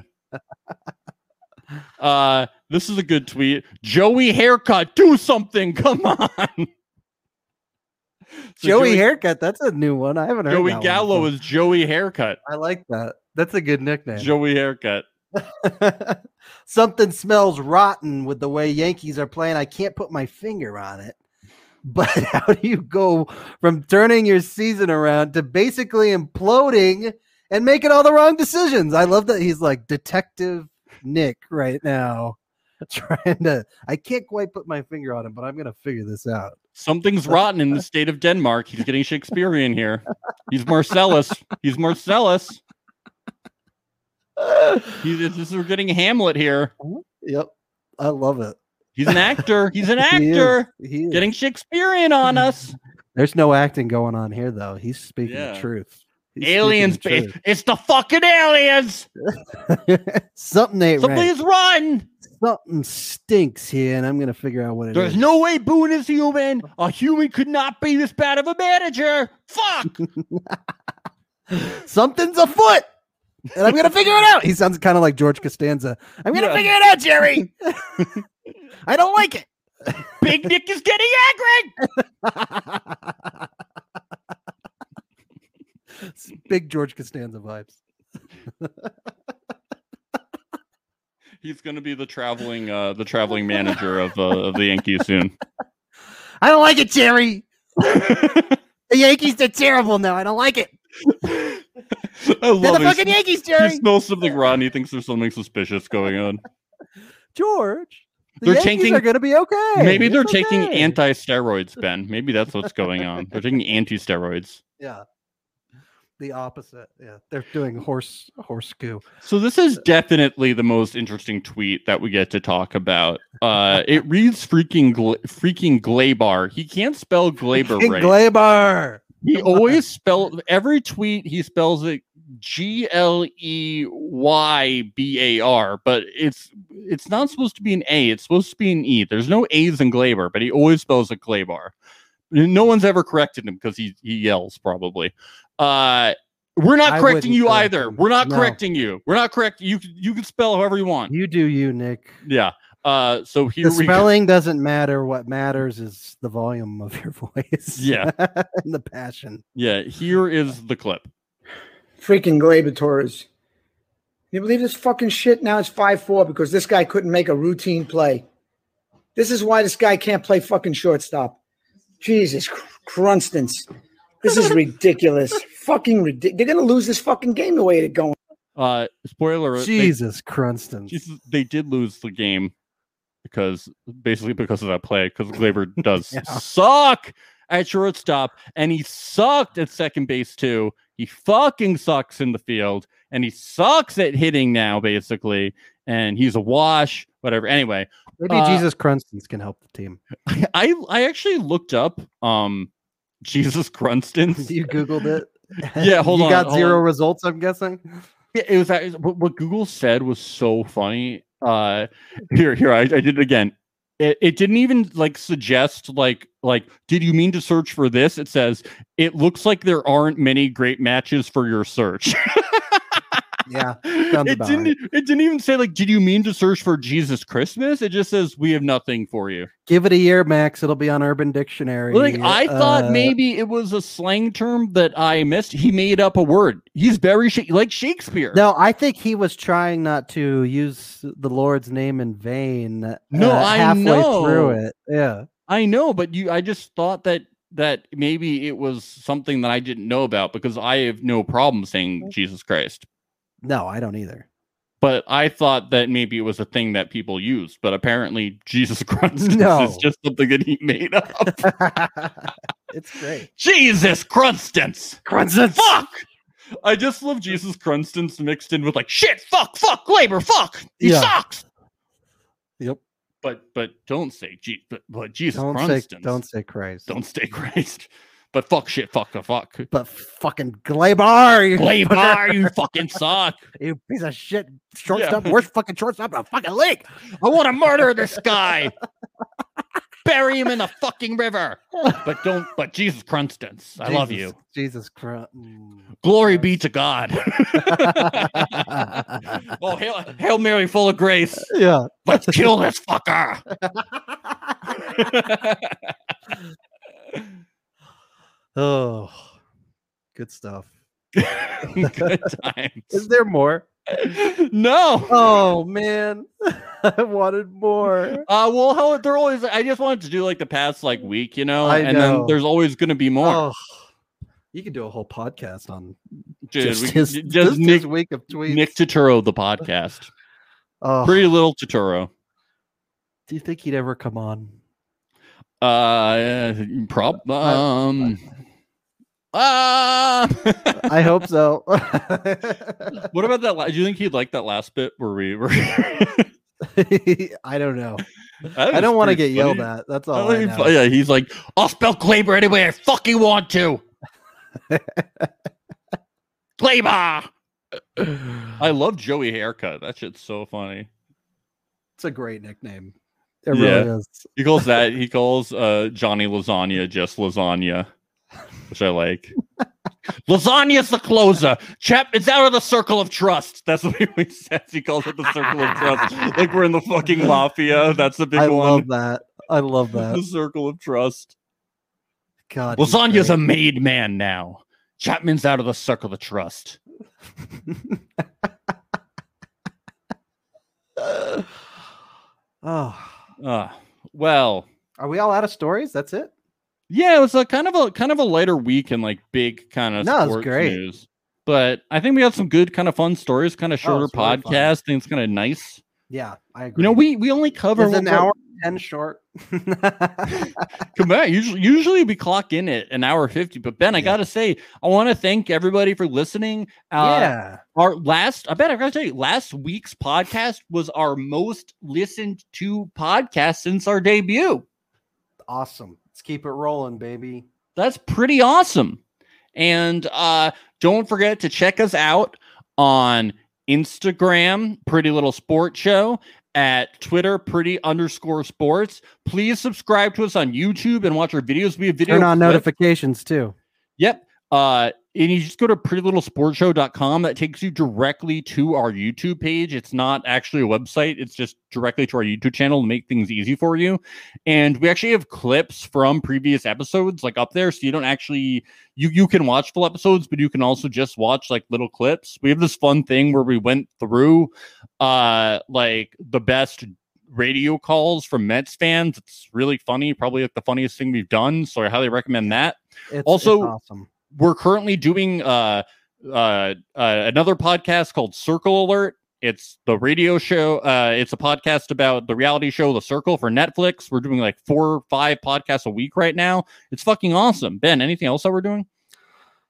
S2: Uh, this is a good tweet. Joey haircut, do something. (laughs) Come on. So
S3: Joey, haircut. That's a new one. I haven't heard.
S2: Joey
S3: that one
S2: Gallo
S3: before.
S2: is Joey haircut.
S3: I like that. That's a good nickname.
S2: Joey haircut.
S3: (laughs) Something smells rotten with the way Yankees are playing. I can't put my finger on it. (laughs) But how do you go from turning your season around to basically imploding and making all the wrong decisions? I love that he's like Detective Nick right now, (laughs) trying to. I can't quite put my finger on him, but I'm going to figure this
S2: (laughs)
S3: out.
S2: Something's rotten in the state of Denmark. He's getting Shakespearean here. He's Marcellus. He's Marcellus. He's, this is- we're getting Hamlet here.
S3: Yep. I love it.
S2: He's an actor. He's an
S3: (laughs) He is.
S2: actor.
S3: He is.
S2: Getting Shakespearean on us.
S3: There's no acting going on here, though. He's speaking the
S2: Yeah.
S3: truth. He's speaking
S2: aliens.
S3: the
S2: ba- It's the fucking aliens.
S3: truth. Something ain't
S2: So
S3: right.
S2: please run.
S3: Something stinks here, and I'm gonna figure out what it is.
S2: There's no way Boone is human. A human could not be this bad of a manager.
S3: (laughs)
S2: Fuck.
S3: Something's afoot, and I'm gonna figure it out. He sounds kind of like George Costanza. I'm gonna
S2: Yeah.
S3: figure it out, Jerry. (laughs) I don't like it.
S2: Big Nick is getting angry.
S3: It's Big George Costanza vibes.
S2: (laughs) He's going to be the traveling, uh, the traveling manager of, uh, of the Yankees soon.
S3: I don't like it, Jerry. The Yankees are terrible now. I don't like it.
S2: I
S3: They're
S2: love it.
S3: the fucking Yankees,
S2: He
S3: Jerry.
S2: smells something rotten. He thinks there's something suspicious going on.
S3: George. The
S2: They're
S3: Yankees
S2: taking-
S3: are gonna be okay.
S2: Maybe they're
S3: It's
S2: taking
S3: okay.
S2: anti-steroids, Ben. Maybe that's what's going on. They're taking anti-steroids.
S3: Yeah. The opposite. Yeah. They're doing horse horse goo.
S2: So this is definitely the most interesting tweet that we get to talk about. Uh, it reads freaking gla- freaking Glaber. He can't spell Glaber
S3: King
S2: right.
S3: Glaber.
S2: he always spell every tweet. He spells it G L E Y B A R, but it's it's not supposed to be an A. It's supposed to be an E. There's no A's in Glaber, but he always spells it Glaber. No one's ever corrected him because he he yells probably. Uh, we're not
S3: I
S2: correcting
S3: wouldn't
S2: you
S3: correct
S2: either.
S3: him.
S2: We're not
S3: No.
S2: correcting you. We're not correct. You c- you can spell however you want.
S3: You do you, Nick.
S2: Yeah. Uh, so here we
S3: The
S2: go.
S3: spelling doesn't matter. What matters is the volume of your (laughs) voice.
S2: Yeah.
S3: and the passion.
S2: Yeah, here is the clip.
S7: freaking Gleyber Torres. Can you believe this fucking shit? Now it's 5 4 because this guy couldn't make a routine play. This is why this guy can't play fucking shortstop. Jesus Cr- Crunstance. This is ridiculous. fucking ridiculous. They're going to lose this fucking game the way they're going.
S2: Uh, spoiler. alert, they-
S3: Jesus Crunston.
S2: Jesus, they did lose the game because basically because of that play because Glaber does
S3: Yeah.
S2: suck at shortstop and he sucked at second base too. He fucking sucks in the field and he sucks at hitting now basically and he's a wash whatever. Anyway, (laughs)
S3: Maybe
S2: uh,
S3: Jesus Crunston's can help the team.
S2: I I actually looked up um (laughs) Jesus Crunston's
S3: (laughs) You Googled it.
S2: (laughs) Yeah, hold
S3: you
S2: on,
S3: got
S2: hold
S3: zero
S2: on.
S3: results, I'm guessing.
S2: Yeah, it was that what, what Google said was so funny. Uh, here, here, I, I did it again. It, it didn't even like suggest like like did you mean to search for this? It says it looks like there aren't many great matches for your search. (laughs)
S3: Yeah. Sounds
S2: it
S3: about
S2: didn't. e,
S3: right.
S2: It didn't even say like did you mean to search for Jesus Christmas? It just says we have nothing for you.
S3: Give it a year, Max. It'll be on Urban Dictionary.
S2: Like I thought
S3: Uh,
S2: maybe it was a slang term that I missed. He made up a word. He's very sh- like Shakespeare.
S3: No, I think he was trying not to use the Lord's name in vain. uh,
S2: No, I
S3: halfway
S2: know.
S3: through it. Yeah,
S2: I know, but you I just thought that that maybe it was something that I didn't know about because I have no problem
S3: Mm-hmm.
S2: saying Jesus Christ.
S3: no, I don't either. (laughs)
S2: But I thought that maybe it was a thing that people used, but apparently (laughs) Jesus Christ
S3: No.
S2: is just something that he made up. (laughs)
S3: it's great.
S2: Jesus Crunstance!
S3: Crunston,
S2: Fuck! I just love Jesus Crunstance mixed in with like shit, fuck, fuck, labor, fuck! He
S3: Yeah.
S2: sucks!
S3: Yep.
S2: But but don't say Je- but, but Jesus
S3: Don't say,
S2: Crunstance.
S3: don't say Christ.
S2: don't say Christ. But fuck shit, fuck, (laughs) fuck.
S3: But fucking Glabar, you,
S2: Play
S3: fucker,
S2: bar, you fucking suck.
S3: you piece of shit shortstop, worst fucking shortstop in the fucking league.
S2: I want to murder this guy. Bury him in the fucking river. But don't, but Jesus Crunstance, I love
S3: Jesus-
S2: you. (laughs)
S3: Jesus Christ.
S2: Glory be to God.
S3: yeah.
S2: oh, hail, hail Mary, full of grace. Let's kill this fucker. (laughs)
S3: Oh, good stuff. Oh,
S2: Good times.
S3: Is there more?
S2: no.
S3: Oh man, (laughs) I wanted more.
S2: Uh, well, how they're always. I just wanted to do like the past like week, you know,
S3: I
S2: and
S3: know.
S2: then there's always going to be more.
S3: Oh, you could do a whole podcast on
S2: Dude,
S3: just
S2: we-
S3: (laughs) his,
S2: j-
S3: just
S2: just
S3: his
S2: Nick,
S3: week of tweets.
S2: Nick Totoro, the podcast.
S3: oh,
S2: Pretty little Totoro.
S3: do you think he'd ever come on?
S2: Uh, prob.
S3: uh, (laughs)
S2: Um. Ah.
S3: I hope so.
S2: (laughs)
S3: (laughs)
S2: what about that? la- Do you think he'd like that last bit where (laughs) we were?
S3: I
S2: (laughs)
S3: don't know. I don't want to get yelled at. That's all. I know.
S2: Yeah, he's like, I'll spell Glaber any way I fucking want
S3: (laughs)
S2: to. Glaber. I love Joey haircut. That shit's so funny.
S3: It's a great nickname. It
S2: Yeah.
S3: really is.
S2: He calls that he calls uh Johnny Lasagna just lasagna, which I like. Lasagna's the closer. Chap it's out of the circle of trust. That's what he (laughs) always says. He calls it the circle of trust. Like we're in the fucking mafia. That's the big
S3: I
S2: one.
S3: love that. I love that.
S2: the (laughs) circle of trust.
S3: God, he's
S2: Lasagna's a
S3: great.
S2: made man now. Chapman's out of the circle of trust.
S3: (sighs) oh,
S2: Uh, well,
S3: are we all out of stories? That's it.
S2: yeah, it was a kind of a kind of a lighter week and like big kind of
S3: No, it was
S2: sports
S3: great.
S2: news. But I think we had some good kind of fun stories, kind of
S3: Oh, it
S2: shorter
S3: was really fun.
S2: podcast. I think it's kind of nice.
S3: Yeah, I agree.
S2: You know, we we only cover
S3: Is
S2: what-
S3: an
S2: what-
S3: hour and ten short. (laughs)
S2: Uh, Come back. Usually, usually we clock in at an hour fifty. But Ben, I
S3: Yeah.
S2: gotta say, I want to thank everybody for listening. Uh,
S3: yeah,
S2: Our last, I bet I gotta tell you, last week's podcast was our most listened to podcast since our debut.
S3: awesome. Let's keep it rolling, baby.
S2: that's pretty awesome. And uh, don't forget to check us out on Instagram, Pretty Little Sport Show, at Twitter, Pretty underscore Sports. Please subscribe to us on YouTube and watch our videos. We have video.
S3: Turn on
S2: clips.
S3: notifications too.
S2: Yep. Uh, and you just go to prettylittlesportshow.com. That takes you directly to our YouTube page. It's not actually a website, it's just directly to our YouTube channel to make things easy for you. And we actually have clips from previous episodes like up there. So you don't actually you you can watch full episodes, but you can also just watch like little clips. We have this fun thing where we went through uh like the best radio calls from Mets fans. It's really funny, probably like the funniest thing we've done. So I highly recommend that
S3: It's it's
S2: Also-
S3: awesome.
S2: we're currently doing uh, uh, uh, another podcast called Circle Alert. It's the radio show. Uh, it's a podcast about the reality show The Circle for Netflix. We're doing like four or five podcasts a week right now. It's fucking awesome. Ben, anything else that we're doing?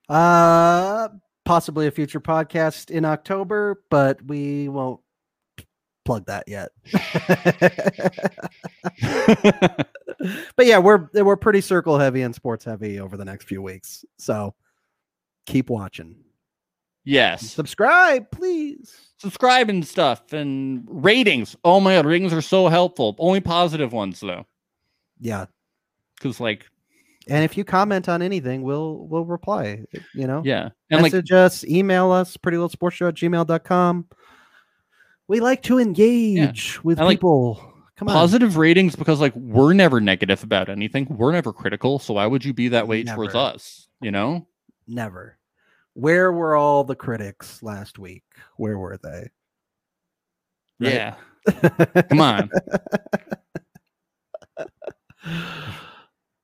S3: Uh, possibly a future podcast in October, but we won't plug that yet. (laughs) but yeah, we're we're pretty circle heavy and sports heavy over the next few weeks. So keep watching.
S2: yes.
S3: Subscribe, please.
S2: Subscribe and stuff and ratings. Oh my God, ratings are so helpful. Only positive ones though.
S3: Yeah.
S2: Because like,
S3: And if you comment on anything, we'll we'll reply. You know?
S2: yeah. And like,
S3: Message us, email us, prettylittlesportshow at gmail.com. We like to engage with
S2: And, like,
S3: people. Come on.
S2: positive ratings because like we're never negative about anything we're never critical so why would you be that way towards
S3: Never.
S2: us you know
S3: Never. Where were all the critics last week? Where were they?
S2: yeah
S3: Right.
S2: (laughs) come on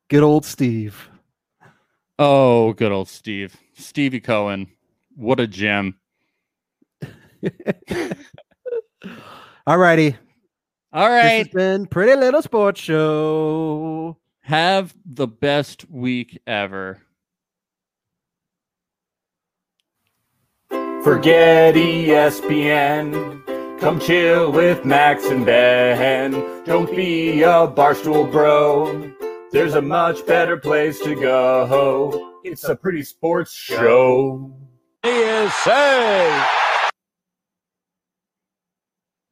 S3: Good old Steve.
S2: oh good old steve stevie cohen what a gem
S3: All righty.
S2: all
S3: This has
S2: right
S3: been Pretty Little Sports Show.
S2: have the best week ever
S1: Forget E ESPN. Come chill with Max and Ben. Don't be a barstool bro. There's a much better place to go. It's a pretty sports show. ESA.